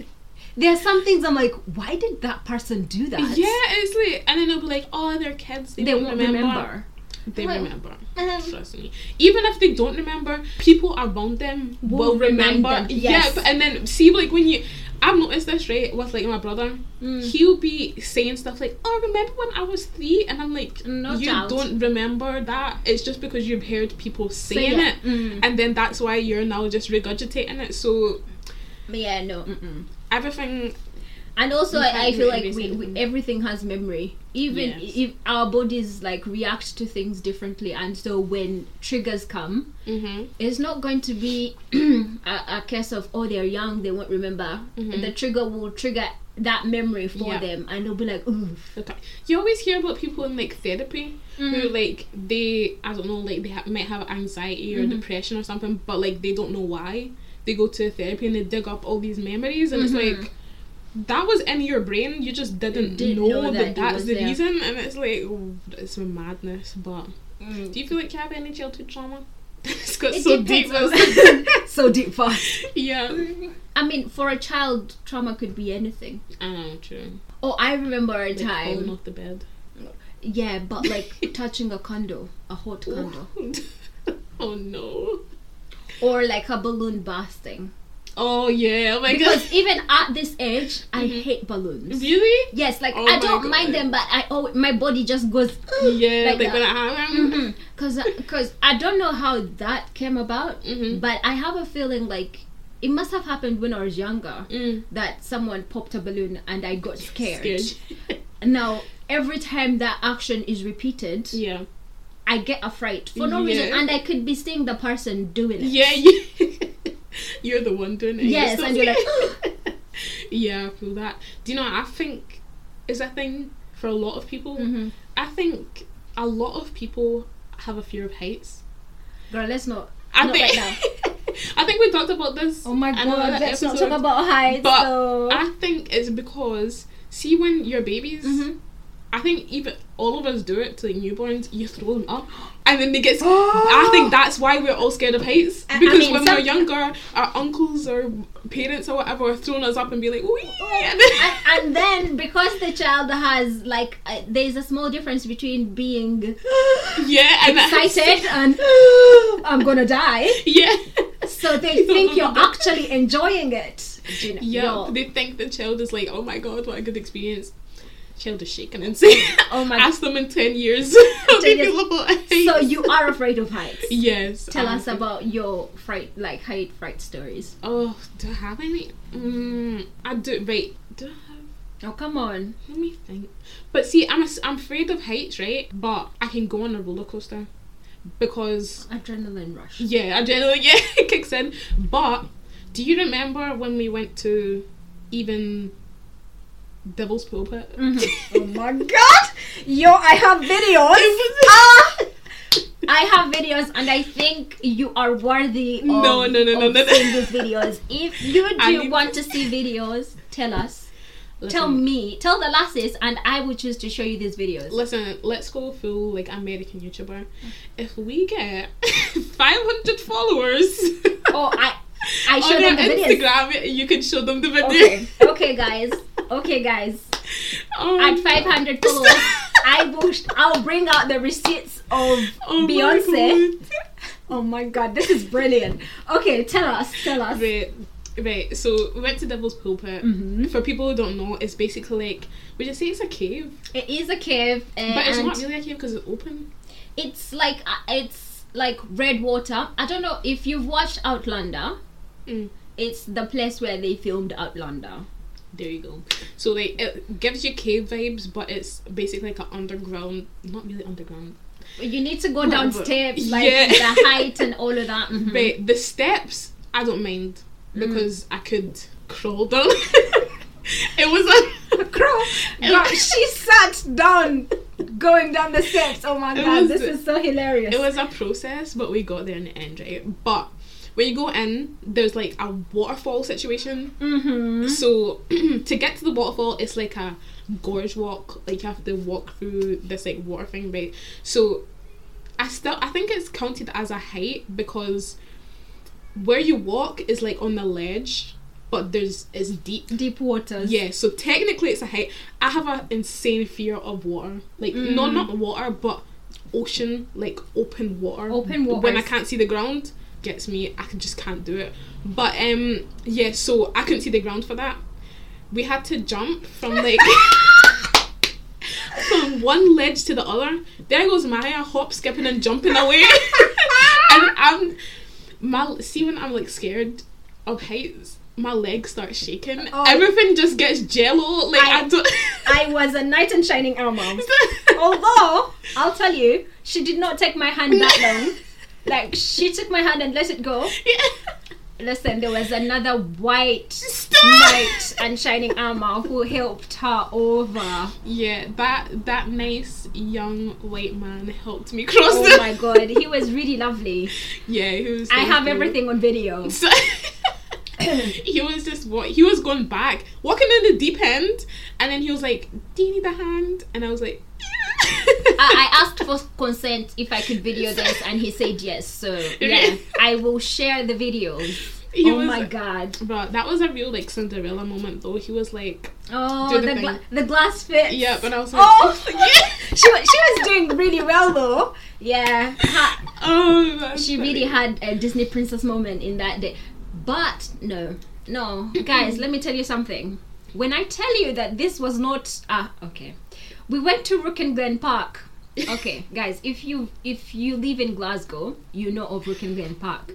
[SPEAKER 2] there are some things I'm like, why did that person do that?
[SPEAKER 1] Yeah, it's like, and then they'll be like, "Oh, they're kids. They,
[SPEAKER 2] They
[SPEAKER 1] don't
[SPEAKER 2] won't
[SPEAKER 1] remember.
[SPEAKER 2] remember.
[SPEAKER 1] They
[SPEAKER 2] Well,
[SPEAKER 1] remember.
[SPEAKER 2] um,
[SPEAKER 1] Trust me. Even if they don't remember, people around them will,
[SPEAKER 2] Will remind
[SPEAKER 1] remember.
[SPEAKER 2] them, yes.
[SPEAKER 1] Yeah, but- and then see, like when you, I've noticed this right with like my brother.
[SPEAKER 2] Mm.
[SPEAKER 1] He'll be saying stuff like, "Oh, remember when I was three? And I'm like,
[SPEAKER 2] No
[SPEAKER 1] "You
[SPEAKER 2] doubt.
[SPEAKER 1] don't remember that. It's just because you've heard people saying
[SPEAKER 2] yeah.
[SPEAKER 1] it,
[SPEAKER 2] Mm.
[SPEAKER 1] and then that's why you're now just regurgitating it. So
[SPEAKER 2] But yeah, no. Mm-mm.
[SPEAKER 1] everything,
[SPEAKER 2] And also,
[SPEAKER 1] You
[SPEAKER 2] I,
[SPEAKER 1] can't
[SPEAKER 2] I
[SPEAKER 1] do
[SPEAKER 2] feel
[SPEAKER 1] it
[SPEAKER 2] like
[SPEAKER 1] every
[SPEAKER 2] we,
[SPEAKER 1] single
[SPEAKER 2] we
[SPEAKER 1] time.
[SPEAKER 2] everything has memory. Even
[SPEAKER 1] Yes.
[SPEAKER 2] if our bodies like react to things differently, and so when triggers come,
[SPEAKER 1] mm-hmm.
[SPEAKER 2] it's not going to be a, a case of oh they're young they won't remember.
[SPEAKER 1] Mhm.
[SPEAKER 2] The trigger will trigger that memory for
[SPEAKER 1] Yeah.
[SPEAKER 2] them, and they'll be like oof.
[SPEAKER 1] Okay. You always hear about people in like therapy who
[SPEAKER 2] Mm.
[SPEAKER 1] like they I don't know like they ha- might have anxiety or
[SPEAKER 2] Mm-hmm.
[SPEAKER 1] depression or something, but like they don't know why. They go to therapy and they dig up all these memories, and it's
[SPEAKER 2] Mhm.
[SPEAKER 1] like that was in your brain. You just didn't,
[SPEAKER 2] didn't
[SPEAKER 1] know,
[SPEAKER 2] know
[SPEAKER 1] that,
[SPEAKER 2] that it
[SPEAKER 1] that's
[SPEAKER 2] was
[SPEAKER 1] the
[SPEAKER 2] there.
[SPEAKER 1] reason, and it's like oh, it's madness. But do you feel like you have any childhood trauma? it's got
[SPEAKER 2] "Mm." It
[SPEAKER 1] Mm-hmm. so deep.
[SPEAKER 2] depends on- so deep fast.
[SPEAKER 1] yeah.
[SPEAKER 2] I mean, for a child, trauma could be anything.
[SPEAKER 1] I know, true.
[SPEAKER 2] Oh, I remember a
[SPEAKER 1] Like falling
[SPEAKER 2] time.
[SPEAKER 1] off the bed.
[SPEAKER 2] Yeah, but like touching a condo, a hot condo,
[SPEAKER 1] oh no.
[SPEAKER 2] or like a balloon bursting.
[SPEAKER 1] Oh yeah. Oh my god.
[SPEAKER 2] because even at this age, I hate balloons.
[SPEAKER 1] Really?
[SPEAKER 2] Yes, like
[SPEAKER 1] Mm-hmm. Oh
[SPEAKER 2] I
[SPEAKER 1] my
[SPEAKER 2] don't mind
[SPEAKER 1] God.
[SPEAKER 2] them, but I oh my body just goes "Ugh,"
[SPEAKER 1] Yeah.
[SPEAKER 2] like
[SPEAKER 1] they're
[SPEAKER 2] that.
[SPEAKER 1] gonna. ah,
[SPEAKER 2] Mhm. Cause, cause I don't know how that came about,
[SPEAKER 1] Mhm.
[SPEAKER 2] but I have a feeling like it must have happened when I was younger
[SPEAKER 1] mm,
[SPEAKER 2] that someone popped a balloon and I got scared.
[SPEAKER 1] Scared.
[SPEAKER 2] Now every time that action is repeated,
[SPEAKER 1] yeah.
[SPEAKER 2] I get a fright for no reason,
[SPEAKER 1] Yeah.
[SPEAKER 2] and I could be seeing the person doing it.
[SPEAKER 1] Yeah. You, you're the one doing it.
[SPEAKER 2] Yes,
[SPEAKER 1] so
[SPEAKER 2] and you're
[SPEAKER 1] scared. yeah, I feel that. Do you know? I think is a thing for a lot of people.
[SPEAKER 2] Mhm.
[SPEAKER 1] I think a lot of people have a fear of heights.
[SPEAKER 2] Girl, let's not.
[SPEAKER 1] I
[SPEAKER 2] Not
[SPEAKER 1] think.
[SPEAKER 2] right
[SPEAKER 1] I think we talked about this.
[SPEAKER 2] Oh my
[SPEAKER 1] in
[SPEAKER 2] god,
[SPEAKER 1] another
[SPEAKER 2] let's not
[SPEAKER 1] episode.
[SPEAKER 2] talk about heights.
[SPEAKER 1] But
[SPEAKER 2] so.
[SPEAKER 1] I think it's because see when you're babies,
[SPEAKER 2] Mhm.
[SPEAKER 1] I think even all of us do it to like newborns. You throw them up, and then they get. I think that's why we're all scared of heights
[SPEAKER 2] I- I
[SPEAKER 1] because
[SPEAKER 2] mean,
[SPEAKER 1] when
[SPEAKER 2] some-
[SPEAKER 1] we're younger, our uncles or parents or whatever are throwing us up and be like, "Wee!"
[SPEAKER 2] Oh,
[SPEAKER 1] And
[SPEAKER 2] and, and then because the child has like uh, there's a small difference between being
[SPEAKER 1] yeah, and that's-
[SPEAKER 2] excited and I'm gonna die,
[SPEAKER 1] yeah,
[SPEAKER 2] so they think you're actually enjoying it. You know,
[SPEAKER 1] yeah.
[SPEAKER 2] yo.
[SPEAKER 1] They think the child is like, "Oh my god, what a good experience." Child is shaking and saying,
[SPEAKER 2] Oh my-
[SPEAKER 1] Ask them in ten years how they
[SPEAKER 2] Ten years.
[SPEAKER 1] feel about
[SPEAKER 2] so
[SPEAKER 1] heights.
[SPEAKER 2] you are afraid of heights.
[SPEAKER 1] Yes.
[SPEAKER 2] Tell
[SPEAKER 1] I'm
[SPEAKER 2] us about your fright, like height fright stories.
[SPEAKER 1] Oh, do I have any? Mm, I do. Wait, do I have?
[SPEAKER 2] Oh come on!
[SPEAKER 1] Let me think. But see, I'm a, I'm afraid of heights, right? But I can go on a roller coaster because
[SPEAKER 2] Adrenaline rush.
[SPEAKER 1] yeah, adrenaline yeah it kicks in. But do you remember when we went to even Devil's Pulpit?
[SPEAKER 2] Oh my god! Yo, I have videos. Ah! I have videos, and I think you are worthy of,
[SPEAKER 1] No, no, no, no,
[SPEAKER 2] of
[SPEAKER 1] no, no.
[SPEAKER 2] seeing these videos. If you
[SPEAKER 1] I
[SPEAKER 2] do
[SPEAKER 1] need-
[SPEAKER 2] want to see videos, tell us.
[SPEAKER 1] Listen,
[SPEAKER 2] Tell me. Tell the lasses, and I will choose to show you these videos.
[SPEAKER 1] Listen, let's go full like American
[SPEAKER 2] Mm.
[SPEAKER 1] YouTuber. If we get 500 followers,
[SPEAKER 2] Oh, I I show
[SPEAKER 1] on
[SPEAKER 2] them
[SPEAKER 1] our
[SPEAKER 2] the videos.
[SPEAKER 1] Instagram, you can show them the video.
[SPEAKER 2] Okay, okay, guys. Okay, guys.
[SPEAKER 1] Oh,
[SPEAKER 2] At 500 followers, I will. I'll bring out the receipts of
[SPEAKER 1] Oh my
[SPEAKER 2] Beyonce.
[SPEAKER 1] God.
[SPEAKER 2] Oh my god, this is brilliant. Okay, tell us. Tell us.
[SPEAKER 1] Right, right. So we went to Devil's Pulpit.
[SPEAKER 2] Mm-hmm.
[SPEAKER 1] For people who don't know, it's basically like would you say it's a cave?
[SPEAKER 2] It is a cave, and
[SPEAKER 1] But it's not really a cave because it's open.
[SPEAKER 2] it's like uh, it's like red water. I don't know if you've watched Outlander.
[SPEAKER 1] Mm.
[SPEAKER 2] It's the place where they filmed Outlander.
[SPEAKER 1] There you go. So like it gives you cave vibes, but it's basically like an underground, not really underground.
[SPEAKER 2] But You need to go
[SPEAKER 1] Whatever.
[SPEAKER 2] down steps, like
[SPEAKER 1] Yeah.
[SPEAKER 2] the height and all of that. Mhm.
[SPEAKER 1] But the steps, I don't mind because I could crawl down. it was a
[SPEAKER 2] Girl, girl, she sat down going down the steps. Oh my
[SPEAKER 1] It
[SPEAKER 2] god,
[SPEAKER 1] was-
[SPEAKER 2] this is so hilarious.
[SPEAKER 1] it was a process, but we got there in the end, right? But when you go in, there's like a waterfall situation.
[SPEAKER 2] mm-hmm.
[SPEAKER 1] So to get to the waterfall, it's like a gorge walk. Like you have to walk through this like water thing, right? So I still I think it's counted as a height because where you walk is like on the ledge, but there's it's deep.
[SPEAKER 2] Deep waters.
[SPEAKER 1] Yeah, so technically it's a height. I have an insane fear of water. Like
[SPEAKER 2] Mm.
[SPEAKER 1] not not water, but ocean, like open water.
[SPEAKER 2] Open waters.
[SPEAKER 1] When I can't see the ground gets me. I can, just can't do it. But um yeah, so I couldn't see the ground for that. We had to jump from like from one ledge to the other. There goes Maya hop, skipping and jumping away. and I'm my see when I'm like scared of heights, my legs start shaking.
[SPEAKER 2] Oh.
[SPEAKER 1] Everything just gets jello. Like I,
[SPEAKER 2] I-
[SPEAKER 1] don't.
[SPEAKER 2] I was a knight in shining armor. Although I'll tell you, she did not take my hand that long. Like she took my hand and let it go. Listen, there was another white knight and shining armor who helped her over. Oh
[SPEAKER 1] Yeah, that that nice young white man helped me cross.
[SPEAKER 2] Oh
[SPEAKER 1] the-
[SPEAKER 2] my god, he was really lovely.
[SPEAKER 1] Yeah, he was.
[SPEAKER 2] I
[SPEAKER 1] so
[SPEAKER 2] have
[SPEAKER 1] cool.
[SPEAKER 2] everything on video.
[SPEAKER 1] So he was just what he was going back, walking in the deep end, and then he was like, "Do you need a hand?" And I was like,
[SPEAKER 2] I, I asked for consent if I could video this, and he said yes. So yeah, I will share the videos.
[SPEAKER 1] He
[SPEAKER 2] oh
[SPEAKER 1] was-
[SPEAKER 2] my god!
[SPEAKER 1] But that was a real like Cinderella moment though. He was like,
[SPEAKER 2] Oh,
[SPEAKER 1] Do the
[SPEAKER 2] the
[SPEAKER 1] thing.
[SPEAKER 2] gla- the glass fit.
[SPEAKER 1] yeah, but I was like,
[SPEAKER 2] Oh, she wa- she was doing really well though. Yeah, ha-
[SPEAKER 1] oh, that's
[SPEAKER 2] she
[SPEAKER 1] funny.
[SPEAKER 2] really had a Disney princess moment in that day. But no, no, guys, let me tell you something. When I tell you that this was not ah okay, we went to Rook and Glen Park. Okay, guys, if you if you live in Glasgow, you know of Rook and Glen Park.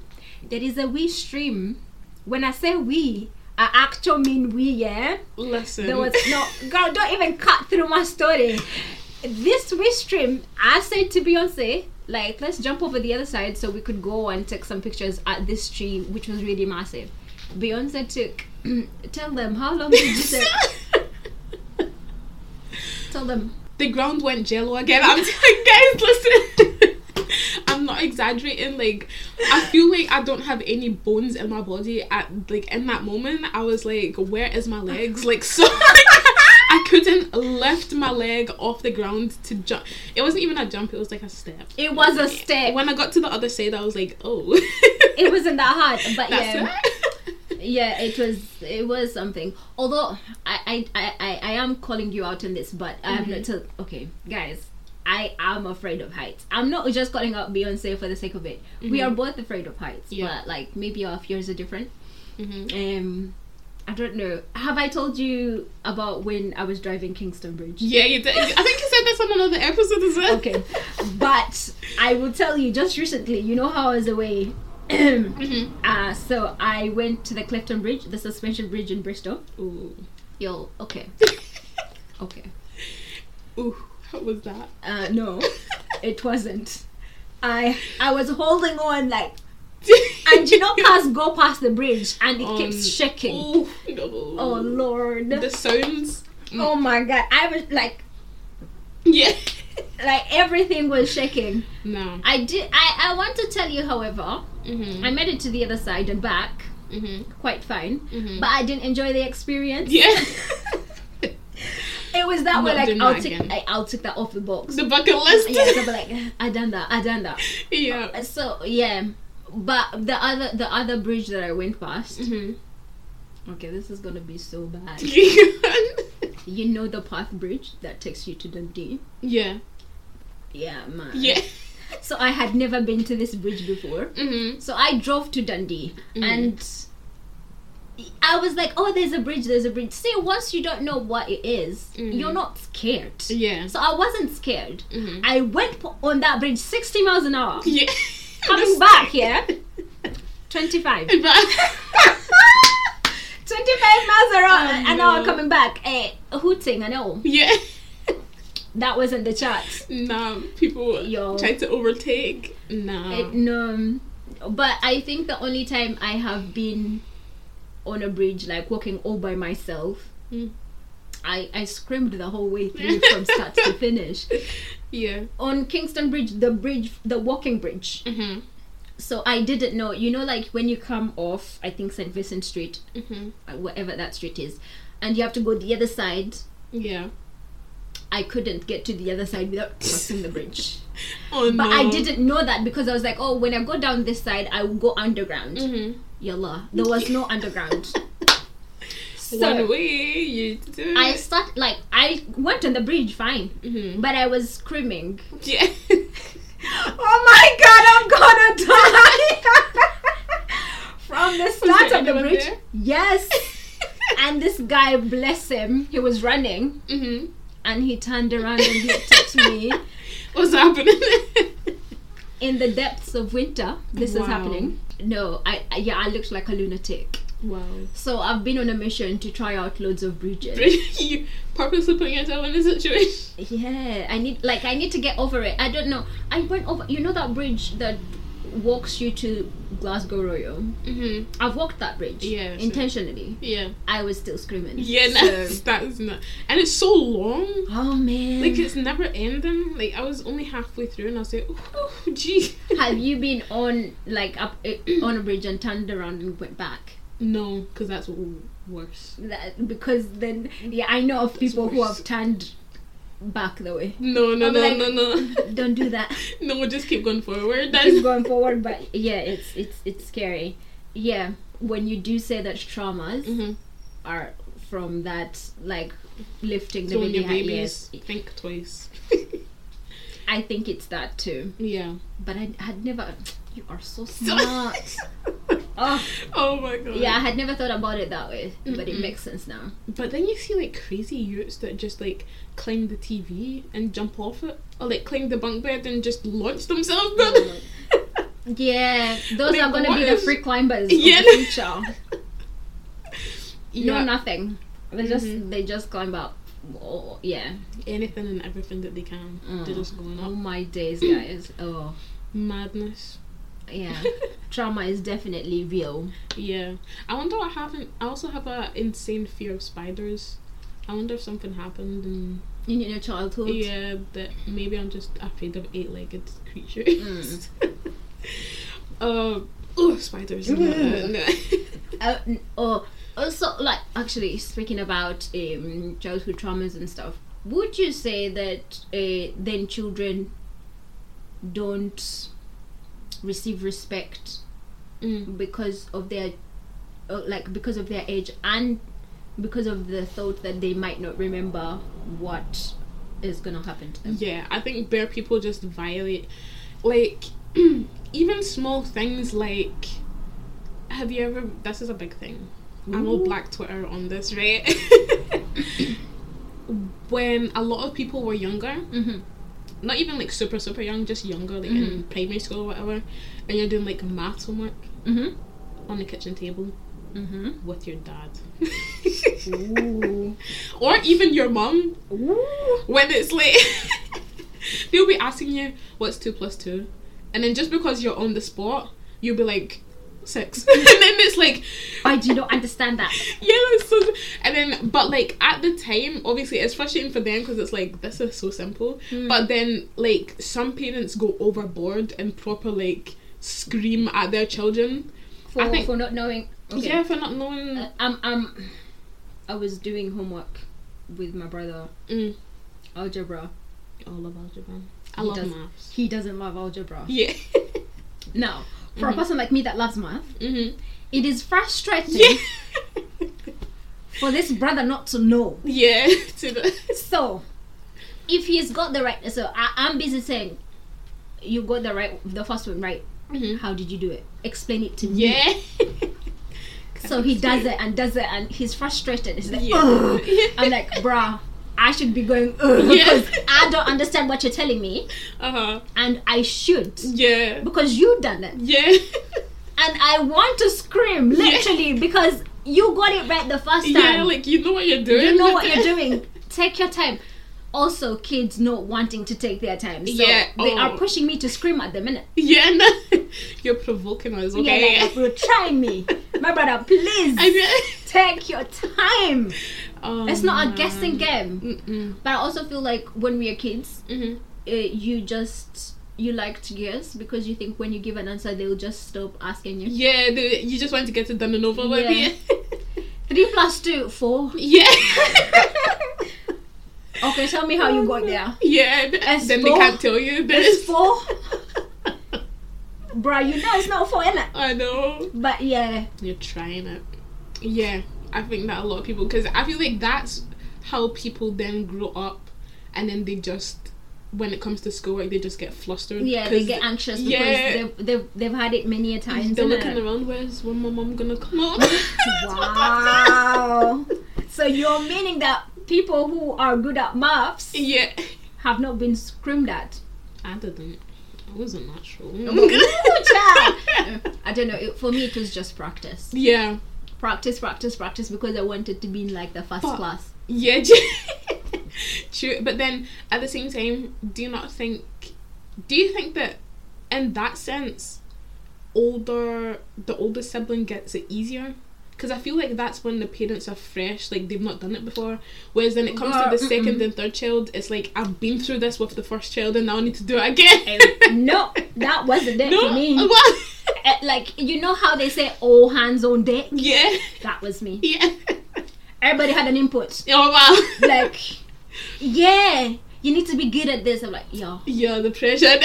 [SPEAKER 2] There is a wee stream. When I say we, I actually mean we. Yeah,
[SPEAKER 1] Listen.
[SPEAKER 2] there was no girl. Don't even cut through my story. This wee stream, I said to Beyonce, like, let's jump over the other side so we could go and take some pictures at this tree, which was really massive. Beyonce took. tell them how long did you take? tell them.
[SPEAKER 1] the ground went jello again. I'm telling guys, listen. I'm not exaggerating. Like, I feel like I don't have any bones in my body. At like in that moment, I was like, "Where is my legs?" Like, so I couldn't lift my leg off the ground to jump. It wasn't even a jump. It was like a step.
[SPEAKER 2] It was a step.
[SPEAKER 1] When I got to the other side, I was like, "Oh,
[SPEAKER 2] It wasn't that hard, but
[SPEAKER 1] That's
[SPEAKER 2] yeah.
[SPEAKER 1] it.
[SPEAKER 2] yeah it was it was something although i i i, I- I am calling you out on this but i have not told okay guys i am afraid of heights i'm not just calling out beyonce for the sake of it we are both afraid of heights
[SPEAKER 1] Yeah.
[SPEAKER 2] but like maybe our fears are different
[SPEAKER 1] Mhm.
[SPEAKER 2] um i don't know have i told you about when i was driving kingston bridge
[SPEAKER 1] Yeah, you did. I think you said this on another episode as well.
[SPEAKER 2] okay but i will tell you just recently you know how i was away
[SPEAKER 1] Mm-hmm.
[SPEAKER 2] uh, so i went to the clifton bridge the suspension bridge in bristol
[SPEAKER 1] Ooh.
[SPEAKER 2] yo okay Okay.
[SPEAKER 1] Ooh, what was that?
[SPEAKER 2] Uh, no, it wasn't. I I was holding on like, and you know, cars go past the bridge and it
[SPEAKER 1] Um,
[SPEAKER 2] keeps shaking. Oh,
[SPEAKER 1] Oh no.
[SPEAKER 2] lord.
[SPEAKER 1] The sounds.
[SPEAKER 2] oh my god. I was like,
[SPEAKER 1] Yeah.
[SPEAKER 2] like everything was shaking.
[SPEAKER 1] No.
[SPEAKER 2] I did. I I want to tell you, however,
[SPEAKER 1] Mm-hmm.
[SPEAKER 2] I made it to the other side and back
[SPEAKER 1] Mm-hmm.
[SPEAKER 2] quite fine,
[SPEAKER 1] Mhm.
[SPEAKER 2] but I didn't enjoy the experience.
[SPEAKER 1] Yeah.
[SPEAKER 2] It was that way.
[SPEAKER 1] Not
[SPEAKER 2] Like
[SPEAKER 1] doing
[SPEAKER 2] I'll
[SPEAKER 1] that
[SPEAKER 2] take
[SPEAKER 1] again.
[SPEAKER 2] I, I'll take that off the box.
[SPEAKER 1] the bucket list.
[SPEAKER 2] yeah, I'll be like I done that. I done that.
[SPEAKER 1] yeah.
[SPEAKER 2] So yeah, but the other the other bridge that I went past.
[SPEAKER 1] Mm-hmm.
[SPEAKER 2] Okay, this is gonna be so bad.
[SPEAKER 1] Mm-hmm.
[SPEAKER 2] You know the path bridge that takes you to Dundee.
[SPEAKER 1] yeah.
[SPEAKER 2] Yeah, man.
[SPEAKER 1] Yeah.
[SPEAKER 2] So I had never been to this bridge before.
[SPEAKER 1] Mm-hmm.
[SPEAKER 2] So I drove to Dundee and I was like, oh, there's a bridge, there's a bridge. See, once you don't know what it is,
[SPEAKER 1] Mhm.
[SPEAKER 2] you're not scared.
[SPEAKER 1] Yeah.
[SPEAKER 2] So I wasn't scared.
[SPEAKER 1] Mm-hmm.
[SPEAKER 2] I went po- on that bridge 60 miles an hour.
[SPEAKER 1] Yeah.
[SPEAKER 2] Coming
[SPEAKER 1] This-
[SPEAKER 2] back, yeah? 25.
[SPEAKER 1] But-
[SPEAKER 2] 25 miles around
[SPEAKER 1] Oh,
[SPEAKER 2] an hour
[SPEAKER 1] no.
[SPEAKER 2] coming back. Eh, hooting and all.
[SPEAKER 1] yeah.
[SPEAKER 2] That wasn't the charts.
[SPEAKER 1] Nah. People
[SPEAKER 2] Yo.
[SPEAKER 1] try to overtake. Nah.
[SPEAKER 2] It, Eh, no, but I think the only time I have been on a bridge, like walking all by myself,
[SPEAKER 1] Mm.
[SPEAKER 2] I, I screamed the whole way through from start to finish.
[SPEAKER 1] yeah.
[SPEAKER 2] On Kingston Bridge, the bridge, the walking bridge.
[SPEAKER 1] Mm-hmm.
[SPEAKER 2] So I didn't know, you know, like when you come off, I think St. Vincent Street,
[SPEAKER 1] Mm-hmm.
[SPEAKER 2] uh, whatever that street is, and you have to go the other side.
[SPEAKER 1] Yeah.
[SPEAKER 2] I couldn't get to the other side without crossing the bridge.
[SPEAKER 1] Oh no.
[SPEAKER 2] But I didn't know that because I was like, oh, when I go down this side, I will go underground.
[SPEAKER 1] Mm-hmm.
[SPEAKER 2] Yalla, there was no underground.
[SPEAKER 1] One
[SPEAKER 2] so
[SPEAKER 1] way you do.
[SPEAKER 2] I start like I went on the bridge fine,
[SPEAKER 1] Mm-hmm.
[SPEAKER 2] but I was screaming.
[SPEAKER 1] Yeah.
[SPEAKER 2] Oh my god, I'm gonna die! From the start
[SPEAKER 1] there
[SPEAKER 2] of the
[SPEAKER 1] anyone
[SPEAKER 2] bridge,
[SPEAKER 1] there?
[SPEAKER 2] yes. and this guy, bless him, he was running
[SPEAKER 1] mm-hmm.
[SPEAKER 2] and he turned around and looked at me.
[SPEAKER 1] What's happening?
[SPEAKER 2] in the depths of winter this
[SPEAKER 1] Wow.
[SPEAKER 2] is happening no I, I yeah i looked like a lunatic
[SPEAKER 1] wow.
[SPEAKER 2] so i've been on a mission to try out loads of bridges
[SPEAKER 1] you purposely putting yourself in this situation.
[SPEAKER 2] yeah i need like i need to get over it i don't know i went over you know that bridge that walks you to glasgow royal
[SPEAKER 1] Mm-hmm.
[SPEAKER 2] i've walked that bridge
[SPEAKER 1] Yeah, sure.
[SPEAKER 2] intentionally
[SPEAKER 1] Yeah.
[SPEAKER 2] i was still screaming
[SPEAKER 1] Yeah, no,
[SPEAKER 2] So-
[SPEAKER 1] that's not. And it's so long.
[SPEAKER 2] oh man
[SPEAKER 1] Like it's never ending. Like I was only halfway through, and I was like, "Oh, gee."
[SPEAKER 2] have you been on like up eh, on a bridge and turned around and went back
[SPEAKER 1] No, because that's w- worse.
[SPEAKER 2] that because then yeah i know of people who
[SPEAKER 1] worse.
[SPEAKER 2] have turned back the way
[SPEAKER 1] No, no,
[SPEAKER 2] I'm
[SPEAKER 1] no,
[SPEAKER 2] like-
[SPEAKER 1] no, no,
[SPEAKER 2] don't do that
[SPEAKER 1] no. Just keep going forward.
[SPEAKER 2] keep
[SPEAKER 1] That's
[SPEAKER 2] going forward but yeah it's it's it's scary yeah when you do say that traumas
[SPEAKER 1] hmm
[SPEAKER 2] are from that like lifting the
[SPEAKER 1] So when
[SPEAKER 2] baby
[SPEAKER 1] your
[SPEAKER 2] high,
[SPEAKER 1] babies
[SPEAKER 2] yes
[SPEAKER 1] think twice.
[SPEAKER 2] i think it's that too
[SPEAKER 1] yeah.
[SPEAKER 2] but i had never you are so smart Oh,
[SPEAKER 1] Oh my god.
[SPEAKER 2] yeah, I had never thought about it that way, but it
[SPEAKER 1] Mm-mm.
[SPEAKER 2] makes sense now.
[SPEAKER 1] But then you see like crazy youths that just like climb the TV and jump off it, or like climb the bunk bed and just launch themselves.
[SPEAKER 2] Mm.
[SPEAKER 1] But
[SPEAKER 2] Yeah, those
[SPEAKER 1] Like,
[SPEAKER 2] are gonna
[SPEAKER 1] what
[SPEAKER 2] be the
[SPEAKER 1] if-
[SPEAKER 2] free climbers
[SPEAKER 1] Yeah.
[SPEAKER 2] of the future.
[SPEAKER 1] you
[SPEAKER 2] No,
[SPEAKER 1] know,
[SPEAKER 2] nothing. They
[SPEAKER 1] Mhm.
[SPEAKER 2] just they just climb up. Oh, yeah.
[SPEAKER 1] anything and everything that they can,
[SPEAKER 2] Mm.
[SPEAKER 1] they're just going
[SPEAKER 2] Oh
[SPEAKER 1] up.
[SPEAKER 2] my days, guys. Oh,
[SPEAKER 1] Madness.
[SPEAKER 2] yeah. Trauma is definitely real.
[SPEAKER 1] yeah. I wonder what happened. I also have a insane fear of spiders. I wonder if something happened and
[SPEAKER 2] In your childhood.
[SPEAKER 1] yeah, that maybe I'm just afraid of eight-legged creatures.
[SPEAKER 2] Mm.
[SPEAKER 1] uh, oh, spiders.
[SPEAKER 2] Uh, n- oh, also like actually speaking about um, childhood traumas and stuff. Would you say that uh, then children don't receive respect
[SPEAKER 1] Mm.
[SPEAKER 2] because of their uh, like because of their age and because of the thought that they might not remember what is gonna happen to them.
[SPEAKER 1] Yeah, I think bare people just violate, like, even small things like. Have you ever? This is a big thing. I'm all
[SPEAKER 2] Ooh.
[SPEAKER 1] black Twitter on this, right? when a lot of people were younger,
[SPEAKER 2] Mm-hmm.
[SPEAKER 1] not even like super super young, just younger, like in primary school or whatever, and you're doing like math homework
[SPEAKER 2] Mm-hmm.
[SPEAKER 1] on the kitchen table
[SPEAKER 2] Mm-hmm.
[SPEAKER 1] with your dad,
[SPEAKER 2] Ooh.
[SPEAKER 1] or even your mum
[SPEAKER 2] Ooh.
[SPEAKER 1] when it's late. They'll be asking you what's two plus two, and then just because you're on the spot, you'll be like six, and then it's like
[SPEAKER 2] I do not understand that.
[SPEAKER 1] yeah, that's so. And then, but like at the time, obviously it's frustrating for them because it's like this is so simple.
[SPEAKER 2] Mm.
[SPEAKER 1] But then, like some parents go overboard and proper like scream at their children.
[SPEAKER 2] For,
[SPEAKER 1] I think-
[SPEAKER 2] for not knowing. Okay.
[SPEAKER 1] Yeah, for not knowing.
[SPEAKER 2] Uh, um, um, I was doing homework with my brother,
[SPEAKER 1] mm.
[SPEAKER 2] algebra.
[SPEAKER 1] All of algebra. I
[SPEAKER 2] He
[SPEAKER 1] love
[SPEAKER 2] does-
[SPEAKER 1] maths.
[SPEAKER 2] He doesn't love algebra.
[SPEAKER 1] Yeah.
[SPEAKER 2] Now, for
[SPEAKER 1] Mhm.
[SPEAKER 2] a person like me that loves math,
[SPEAKER 1] mm-hmm.
[SPEAKER 2] it is frustrating
[SPEAKER 1] Yeah.
[SPEAKER 2] for this brother not to know.
[SPEAKER 1] yeah. To the.
[SPEAKER 2] So, if he's got the right, so I, I'm busy saying, you got the right, the first one right.
[SPEAKER 1] Mhm.
[SPEAKER 2] Mm-hmm. How did you do it? Explain it to me.
[SPEAKER 1] Yeah.
[SPEAKER 2] So he does it and does it and he's frustrated. He's like,
[SPEAKER 1] Yeah.
[SPEAKER 2] "Ugh." I'm like, bruh, I should be going, Ugh,
[SPEAKER 1] Yeah.
[SPEAKER 2] because I don't understand what you're telling me,
[SPEAKER 1] Uh huh.
[SPEAKER 2] and I should.
[SPEAKER 1] Yeah.
[SPEAKER 2] Because you done it.
[SPEAKER 1] Yeah.
[SPEAKER 2] And I want to scream, literally, because you got it right the first
[SPEAKER 1] Yeah.
[SPEAKER 2] time.
[SPEAKER 1] Like you know what you're doing.
[SPEAKER 2] you know
[SPEAKER 1] but
[SPEAKER 2] what
[SPEAKER 1] then-
[SPEAKER 2] you're doing. Take your time. Also, kids not wanting to take their time. So
[SPEAKER 1] Yeah,
[SPEAKER 2] they
[SPEAKER 1] oh.
[SPEAKER 2] are pushing me to scream at the minute.
[SPEAKER 1] Yeah, no. You're provoking us, okay?
[SPEAKER 2] Yeah, like, you're trying me. My brother, please
[SPEAKER 1] I mean,
[SPEAKER 2] take your time.
[SPEAKER 1] Oh,
[SPEAKER 2] It's not a
[SPEAKER 1] man.
[SPEAKER 2] guessing game.
[SPEAKER 1] Mm-mm.
[SPEAKER 2] But I also feel like when we are kids,
[SPEAKER 1] Mhm.
[SPEAKER 2] uh, you just you like to guess because you think when you give an answer they'll just stop asking you.
[SPEAKER 1] Yeah, the, you just want to get it done and over with. Yeah.
[SPEAKER 2] Yeah. Three plus two, four.
[SPEAKER 1] yeah.
[SPEAKER 2] Okay, tell me how you got there.
[SPEAKER 1] Yeah.
[SPEAKER 2] It's
[SPEAKER 1] then they
[SPEAKER 2] four.
[SPEAKER 1] can't tell you. Then
[SPEAKER 2] It's four. Bruh, you know it's not four, innit?
[SPEAKER 1] I know.
[SPEAKER 2] But yeah,
[SPEAKER 1] You're trying it. Yeah, I think that a lot of people, because I feel like that's how people then grow up, and then they just, when it comes to schoolwork, they just get flustered.
[SPEAKER 2] yeah,
[SPEAKER 1] 'cause
[SPEAKER 2] they get anxious because
[SPEAKER 1] yeah.
[SPEAKER 2] they've, they've they've had it many a times.
[SPEAKER 1] They're
[SPEAKER 2] innit?
[SPEAKER 1] looking around. Where's when my mom gonna come up? That's what that means.
[SPEAKER 2] Wow. so you're meaning that people who are good at maths
[SPEAKER 1] Yeah.
[SPEAKER 2] have not been screamed at.
[SPEAKER 1] I didn't. I wasn't natural.
[SPEAKER 2] I don't know. It, for me, it was just practice.
[SPEAKER 1] yeah.
[SPEAKER 2] practice, practice, practice because I wanted to be in like the first
[SPEAKER 1] But-
[SPEAKER 2] class.
[SPEAKER 1] Yeah. ju- True. But then at the same time, do you not think do you think that in that sense older the older sibling gets it easier? Because I feel like that's when the parents are fresh, like they've not done it before. Whereas then it comes
[SPEAKER 2] Girl,
[SPEAKER 1] to the 2nd
[SPEAKER 2] mm-mm.
[SPEAKER 1] and third child, it's like I've been through this with the first child and now I need to do it again.
[SPEAKER 2] Eh, no, that wasn't it
[SPEAKER 1] no,
[SPEAKER 2] for me.
[SPEAKER 1] what?
[SPEAKER 2] Eh, Like you know how they say all hands on deck.
[SPEAKER 1] yeah,
[SPEAKER 2] That was me.
[SPEAKER 1] yeah.
[SPEAKER 2] Everybody had an input.
[SPEAKER 1] Oh wow.
[SPEAKER 2] Like, yeah, you need to be good at this. I'm like, yo,
[SPEAKER 1] Yeah, the pressure.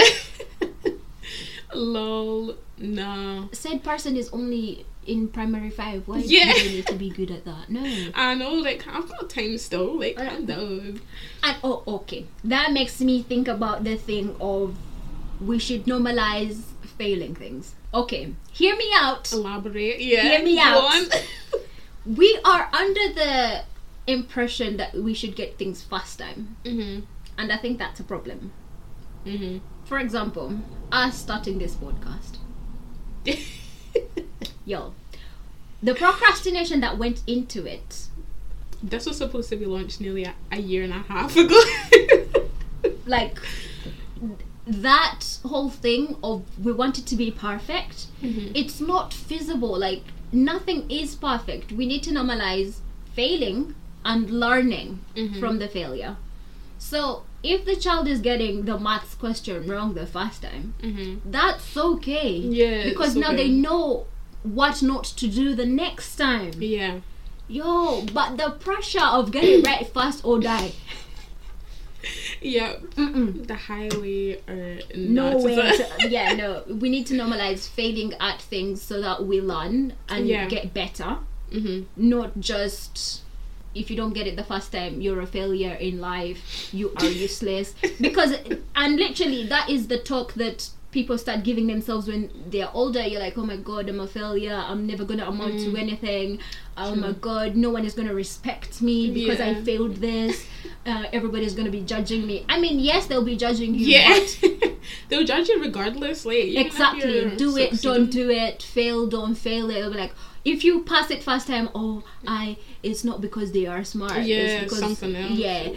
[SPEAKER 1] Lol. Nah.
[SPEAKER 2] said person is only in primary five. Why
[SPEAKER 1] Yeah.
[SPEAKER 2] do they need to be good at that? No.
[SPEAKER 1] I know, like, I've got time still. Like,
[SPEAKER 2] Uh,
[SPEAKER 1] calm down.
[SPEAKER 2] And oh, okay. That makes me think about the thing of we should normalize failing things. Okay, hear me out.
[SPEAKER 1] Elaborate. Yeah.
[SPEAKER 2] Hear me
[SPEAKER 1] go
[SPEAKER 2] out.
[SPEAKER 1] on.
[SPEAKER 2] We are under the impression that we should get things fast time,
[SPEAKER 1] mhm.
[SPEAKER 2] and I think that's a problem.
[SPEAKER 1] Mhm.
[SPEAKER 2] For example, us starting this podcast. Yo, the procrastination that went into it,
[SPEAKER 1] this was supposed to be launched nearly a, a year and a half ago.
[SPEAKER 2] like that whole thing of we want it to be perfect,
[SPEAKER 1] Mhm.
[SPEAKER 2] it's not feasible. Like, nothing is perfect. We need to normalize failing and learning
[SPEAKER 1] Mhm.
[SPEAKER 2] from the failure. So, if the child is getting the maths question wrong the first time,
[SPEAKER 1] Mhm.
[SPEAKER 2] that's okay.
[SPEAKER 1] Yeah, it's
[SPEAKER 2] Because now
[SPEAKER 1] okay.
[SPEAKER 2] they know what not to do the next time.
[SPEAKER 1] Yeah.
[SPEAKER 2] Yo, but the pressure of getting right first or die.
[SPEAKER 1] Yeah.
[SPEAKER 2] Mm-mm.
[SPEAKER 1] The highway or
[SPEAKER 2] No
[SPEAKER 1] not.
[SPEAKER 2] way. to- yeah, no. We need to normalize failing at things so that we learn and
[SPEAKER 1] Yeah.
[SPEAKER 2] get better.
[SPEAKER 1] Mhm.
[SPEAKER 2] Not just if you don't get it the first time, you're a failure in life. You are useless. because and literally that is the talk that people start giving themselves when they're older. You're like, oh my god, I'm a failure. I'm never gonna amount to
[SPEAKER 1] Mm.
[SPEAKER 2] anything. Oh my god, no one is gonna respect me because I
[SPEAKER 1] Yeah.
[SPEAKER 2] failed this. Uh, everybody's gonna be judging me. I mean, yes, they'll be judging you.
[SPEAKER 1] Yeah.
[SPEAKER 2] but
[SPEAKER 1] They'll judge you regardless. Like even if
[SPEAKER 2] exactly
[SPEAKER 1] you're
[SPEAKER 2] do it don't
[SPEAKER 1] succeeding.
[SPEAKER 2] do it fail don't fail it'll be like if you pass it first time oh i it's not because they are smart
[SPEAKER 1] Yeah,
[SPEAKER 2] it's because
[SPEAKER 1] something else.
[SPEAKER 2] yeah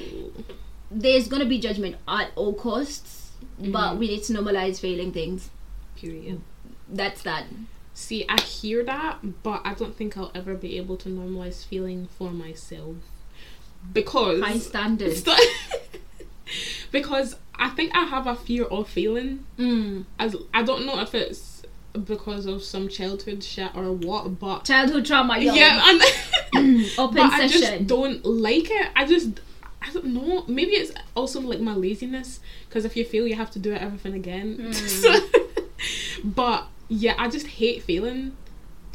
[SPEAKER 2] there's gonna be judgment at all costs
[SPEAKER 1] Mm-hmm.
[SPEAKER 2] but we need to normalize failing things
[SPEAKER 1] Period.
[SPEAKER 2] that's that
[SPEAKER 1] See, I hear that, but I don't think I'll ever be able to normalize feeling for myself because
[SPEAKER 2] high standards
[SPEAKER 1] because I think I have a fear of feeling.
[SPEAKER 2] mm.
[SPEAKER 1] As I don't know if it's because of some childhood shit or what, but
[SPEAKER 2] childhood trauma yo.
[SPEAKER 1] yeah, and
[SPEAKER 2] open
[SPEAKER 1] but I
[SPEAKER 2] session
[SPEAKER 1] just don't like it. I just I don't know. Maybe it's also like my laziness because if you fail, you have to do everything again.
[SPEAKER 2] Mm.
[SPEAKER 1] So- but yeah, I just hate failing,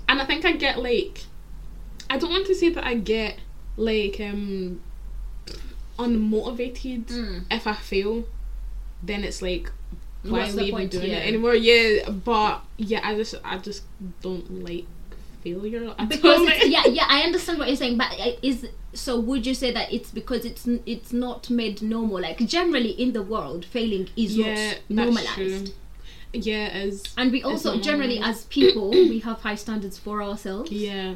[SPEAKER 1] and I think I get like I don't want to say that I get like um unmotivated
[SPEAKER 2] Mm.
[SPEAKER 1] if I fail. Then it's like why
[SPEAKER 2] What's
[SPEAKER 1] are we
[SPEAKER 2] the
[SPEAKER 1] even
[SPEAKER 2] point?
[SPEAKER 1] doing
[SPEAKER 2] Yeah.
[SPEAKER 1] it anymore? Yeah, but yeah, I just I just don't like failure. I
[SPEAKER 2] because
[SPEAKER 1] don't
[SPEAKER 2] it's,
[SPEAKER 1] like-
[SPEAKER 2] yeah yeah i understand what you're saying but uh, is so would you say that it's because it's n- it's not made normal like generally in the world failing is
[SPEAKER 1] yeah,
[SPEAKER 2] not
[SPEAKER 1] that's true.
[SPEAKER 2] normalized
[SPEAKER 1] Yeah, it is
[SPEAKER 2] and we also
[SPEAKER 1] not
[SPEAKER 2] generally as people we have high standards for ourselves
[SPEAKER 1] yeah.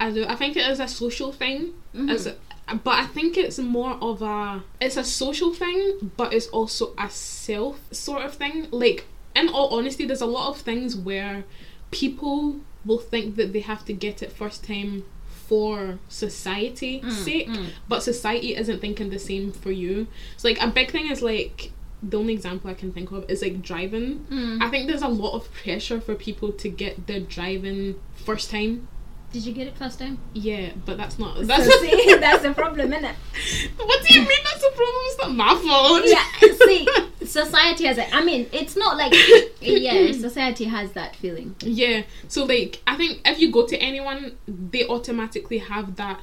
[SPEAKER 1] I do. I think it is a social thing.
[SPEAKER 2] Mhm.
[SPEAKER 1] It's- but I think it's more of a it's a social thing, but it's also a self sort of thing. Like in all honesty, there's a lot of things where people will think that they have to get it first time for society's sake, but society isn't thinking the same for you. So like a big thing is like the only example I can think of is like driving.
[SPEAKER 2] Mm.
[SPEAKER 1] I think there's a lot of pressure for people to get their driving first time.
[SPEAKER 2] did you get it first time
[SPEAKER 1] Yeah, but that's not that's
[SPEAKER 2] so see that's the problem isn't it
[SPEAKER 1] What do you mean that's a problem? It's not my fault.
[SPEAKER 2] yeah see society has it i mean it's not like yeah society has that feeling
[SPEAKER 1] Yeah. So like I think if you go to anyone, they automatically have that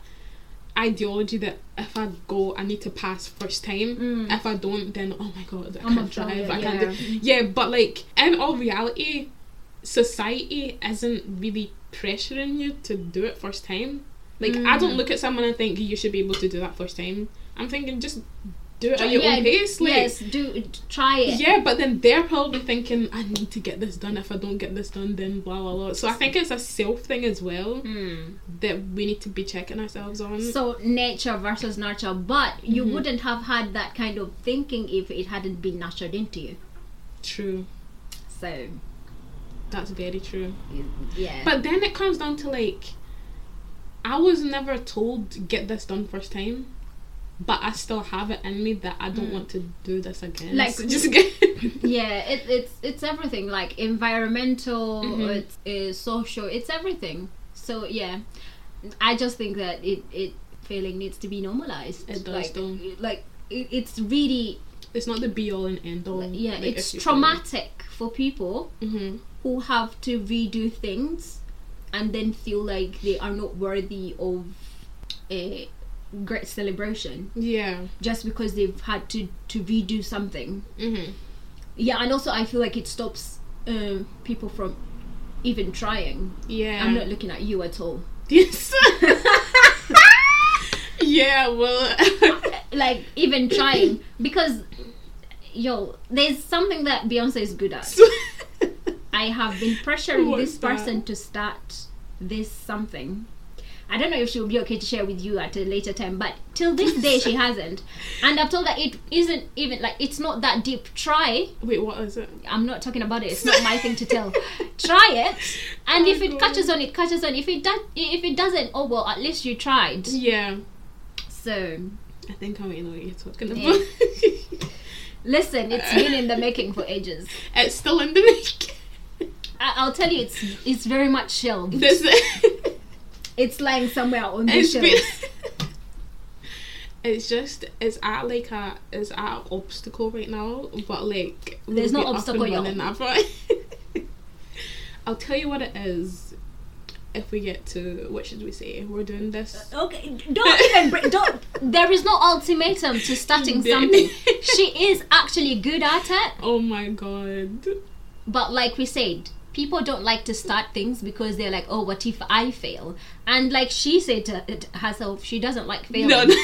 [SPEAKER 1] ideology that if I go I need to pass first time.
[SPEAKER 2] Mm.
[SPEAKER 1] If I don't then oh my god, I
[SPEAKER 2] I'm a
[SPEAKER 1] can't drive.
[SPEAKER 2] failure,
[SPEAKER 1] I can't do Yeah, but like in all reality, society isn't really pressuring you to do it first time. Like I
[SPEAKER 2] Mm.
[SPEAKER 1] don't look at someone and think you should be able to do that first time. I'm thinking just do it at your
[SPEAKER 2] yeah,
[SPEAKER 1] own pace. Like
[SPEAKER 2] yes do try it
[SPEAKER 1] Yeah, but then they're probably thinking, I need to get this done. If I don't get this done, then blah blah blah. So I think it's a self thing as well
[SPEAKER 2] Mm.
[SPEAKER 1] that we need to be checking ourselves on.
[SPEAKER 2] So nature versus nurture, but you
[SPEAKER 1] Mm-hmm.
[SPEAKER 2] wouldn't have had that kind of thinking if it hadn't been nurtured into you.
[SPEAKER 1] true,
[SPEAKER 2] So
[SPEAKER 1] that's very true.
[SPEAKER 2] yeah,
[SPEAKER 1] But then it comes down to like, I was never told get this done first time, but I still have it in me that I don't want to do this again.
[SPEAKER 2] Mm. Like-
[SPEAKER 1] So just get.
[SPEAKER 2] yeah, it, it's it's everything like environmental,
[SPEAKER 1] Mhm.
[SPEAKER 2] it's uh, social, it's everything. So yeah, I just think that it it failing needs to be normalized.
[SPEAKER 1] It does
[SPEAKER 2] like,
[SPEAKER 1] though.
[SPEAKER 2] like it, it's really
[SPEAKER 1] it's not the be all and end all.
[SPEAKER 2] yeah, it's traumatic for people
[SPEAKER 1] Mm-hmm.
[SPEAKER 2] who have to redo things and then feel like they are not worthy of a great celebration
[SPEAKER 1] Yeah.
[SPEAKER 2] just because they've had to to redo something
[SPEAKER 1] Mm-hmm.
[SPEAKER 2] yeah and also i feel like it stops um, people from even trying.
[SPEAKER 1] Yeah.
[SPEAKER 2] I'm not looking at you at all.
[SPEAKER 1] Yes. yeah. Well.
[SPEAKER 2] like even trying because yo, there's something that Beyonce is good at. I have been pressuring
[SPEAKER 1] What's
[SPEAKER 2] this person to start this something. I don't know if she'll be okay to share with you at a later time, but till this day she hasn't. And I've told her it isn't even like it's not that deep. Try.
[SPEAKER 1] Wait. What is it?
[SPEAKER 2] I'm not talking about it. It's not my thing to tell. Try it, and
[SPEAKER 1] Oh
[SPEAKER 2] if it
[SPEAKER 1] God.
[SPEAKER 2] catches on, it catches on. If it does, if it doesn't, oh well. At least you tried.
[SPEAKER 1] Yeah.
[SPEAKER 2] So
[SPEAKER 1] I think I might know what you're talking
[SPEAKER 2] Yeah.
[SPEAKER 1] about.
[SPEAKER 2] listen, it's been in the making for ages.
[SPEAKER 1] it's still in the making.
[SPEAKER 2] I- I'll tell you, it's it's very much shelved.
[SPEAKER 1] This.
[SPEAKER 2] It's lying somewhere on the
[SPEAKER 1] it's
[SPEAKER 2] shelf.
[SPEAKER 1] been- It's just it's at like a it's at an obstacle right now, but like we'll
[SPEAKER 2] There's no
[SPEAKER 1] be up and
[SPEAKER 2] obstacle, y'all.
[SPEAKER 1] running after it. I'll tell you what it is if we get to what should we say we're doing this.
[SPEAKER 2] Okay, don't even bring, don't. There is no ultimatum to starting something. She is actually good at it,
[SPEAKER 1] Oh my god.
[SPEAKER 2] but like we said, people don't like to start things because they're like, oh, what if I fail? And like she said to it herself, she doesn't like failing.
[SPEAKER 1] No, no.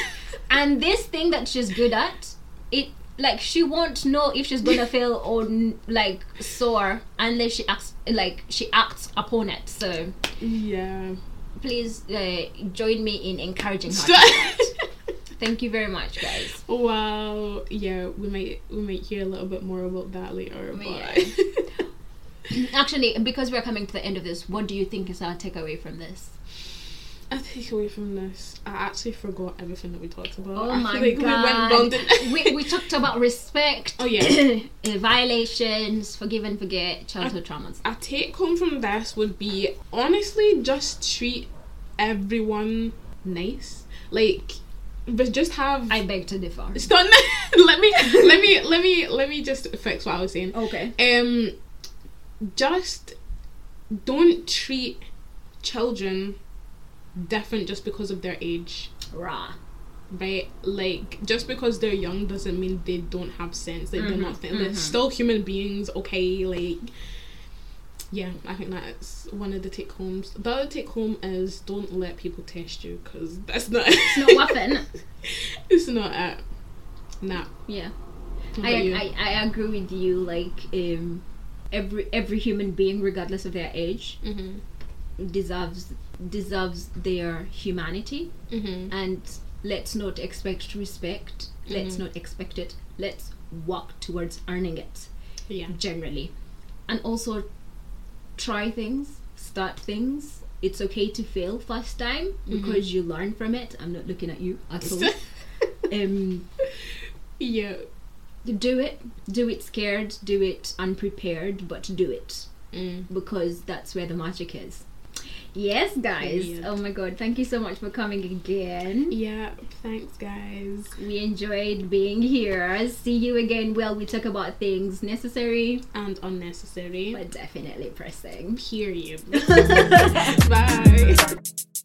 [SPEAKER 2] And this thing that she's good at, it like she won't know if she's gonna fail or n- like soar unless she acts like she acts upon it. So
[SPEAKER 1] Yeah.
[SPEAKER 2] please uh, join me in encouraging her. Thank you very much, guys.
[SPEAKER 1] wow. Yeah, we might we might hear a little bit more about that later. But
[SPEAKER 2] Yeah. Actually, because we're coming to the end of this, what do you think is our takeaway from this?
[SPEAKER 1] I take away from this. I actually forgot everything that we talked about.
[SPEAKER 2] Oh
[SPEAKER 1] I feel
[SPEAKER 2] my
[SPEAKER 1] like
[SPEAKER 2] god.
[SPEAKER 1] We went round and-
[SPEAKER 2] we, we talked about respect.
[SPEAKER 1] Oh, yeah.
[SPEAKER 2] uh, violations, forgive and forget, childhood traumas.
[SPEAKER 1] a take home from this would be honestly just treat everyone nice. Like, but just have.
[SPEAKER 2] I beg to differ.
[SPEAKER 1] Stop. let me. Let me. Let me. Let me just fix what I was saying.
[SPEAKER 2] Okay.
[SPEAKER 1] Um, just don't treat children different just because of their age.
[SPEAKER 2] Raw.
[SPEAKER 1] right? Like just because they're young doesn't mean they don't have sense. Like
[SPEAKER 2] Mm-hmm,
[SPEAKER 1] they're not. Th- They're still human beings. Okay, like yeah, I think that's one of the take homes. The other take home is don't let people test you because that's not. It's
[SPEAKER 2] No weapon.
[SPEAKER 1] it's not it. Nah.
[SPEAKER 2] Yeah.
[SPEAKER 1] What about you?
[SPEAKER 2] I, I, I agree with you. Like, um, every every human being, regardless of their age,
[SPEAKER 1] Mhm.
[SPEAKER 2] deserves deserves their humanity.
[SPEAKER 1] Mhm.
[SPEAKER 2] and let's not expect respect let's not expect it let's work towards earning it
[SPEAKER 1] Yeah.
[SPEAKER 2] generally and also try things start things it's okay to fail first time because you learn from it i'm not looking at you at all um
[SPEAKER 1] yeah.
[SPEAKER 2] do it do it scared do it unprepared but do it
[SPEAKER 1] Mm.
[SPEAKER 2] because that's where the magic is yes guys
[SPEAKER 1] Brilliant.
[SPEAKER 2] oh my god thank you so much for coming again
[SPEAKER 1] Yeah. Thanks, guys.
[SPEAKER 2] We enjoyed being here. See you again. Well, we talk about things necessary
[SPEAKER 1] And unnecessary.
[SPEAKER 2] but definitely pressing.
[SPEAKER 1] Period. Bye.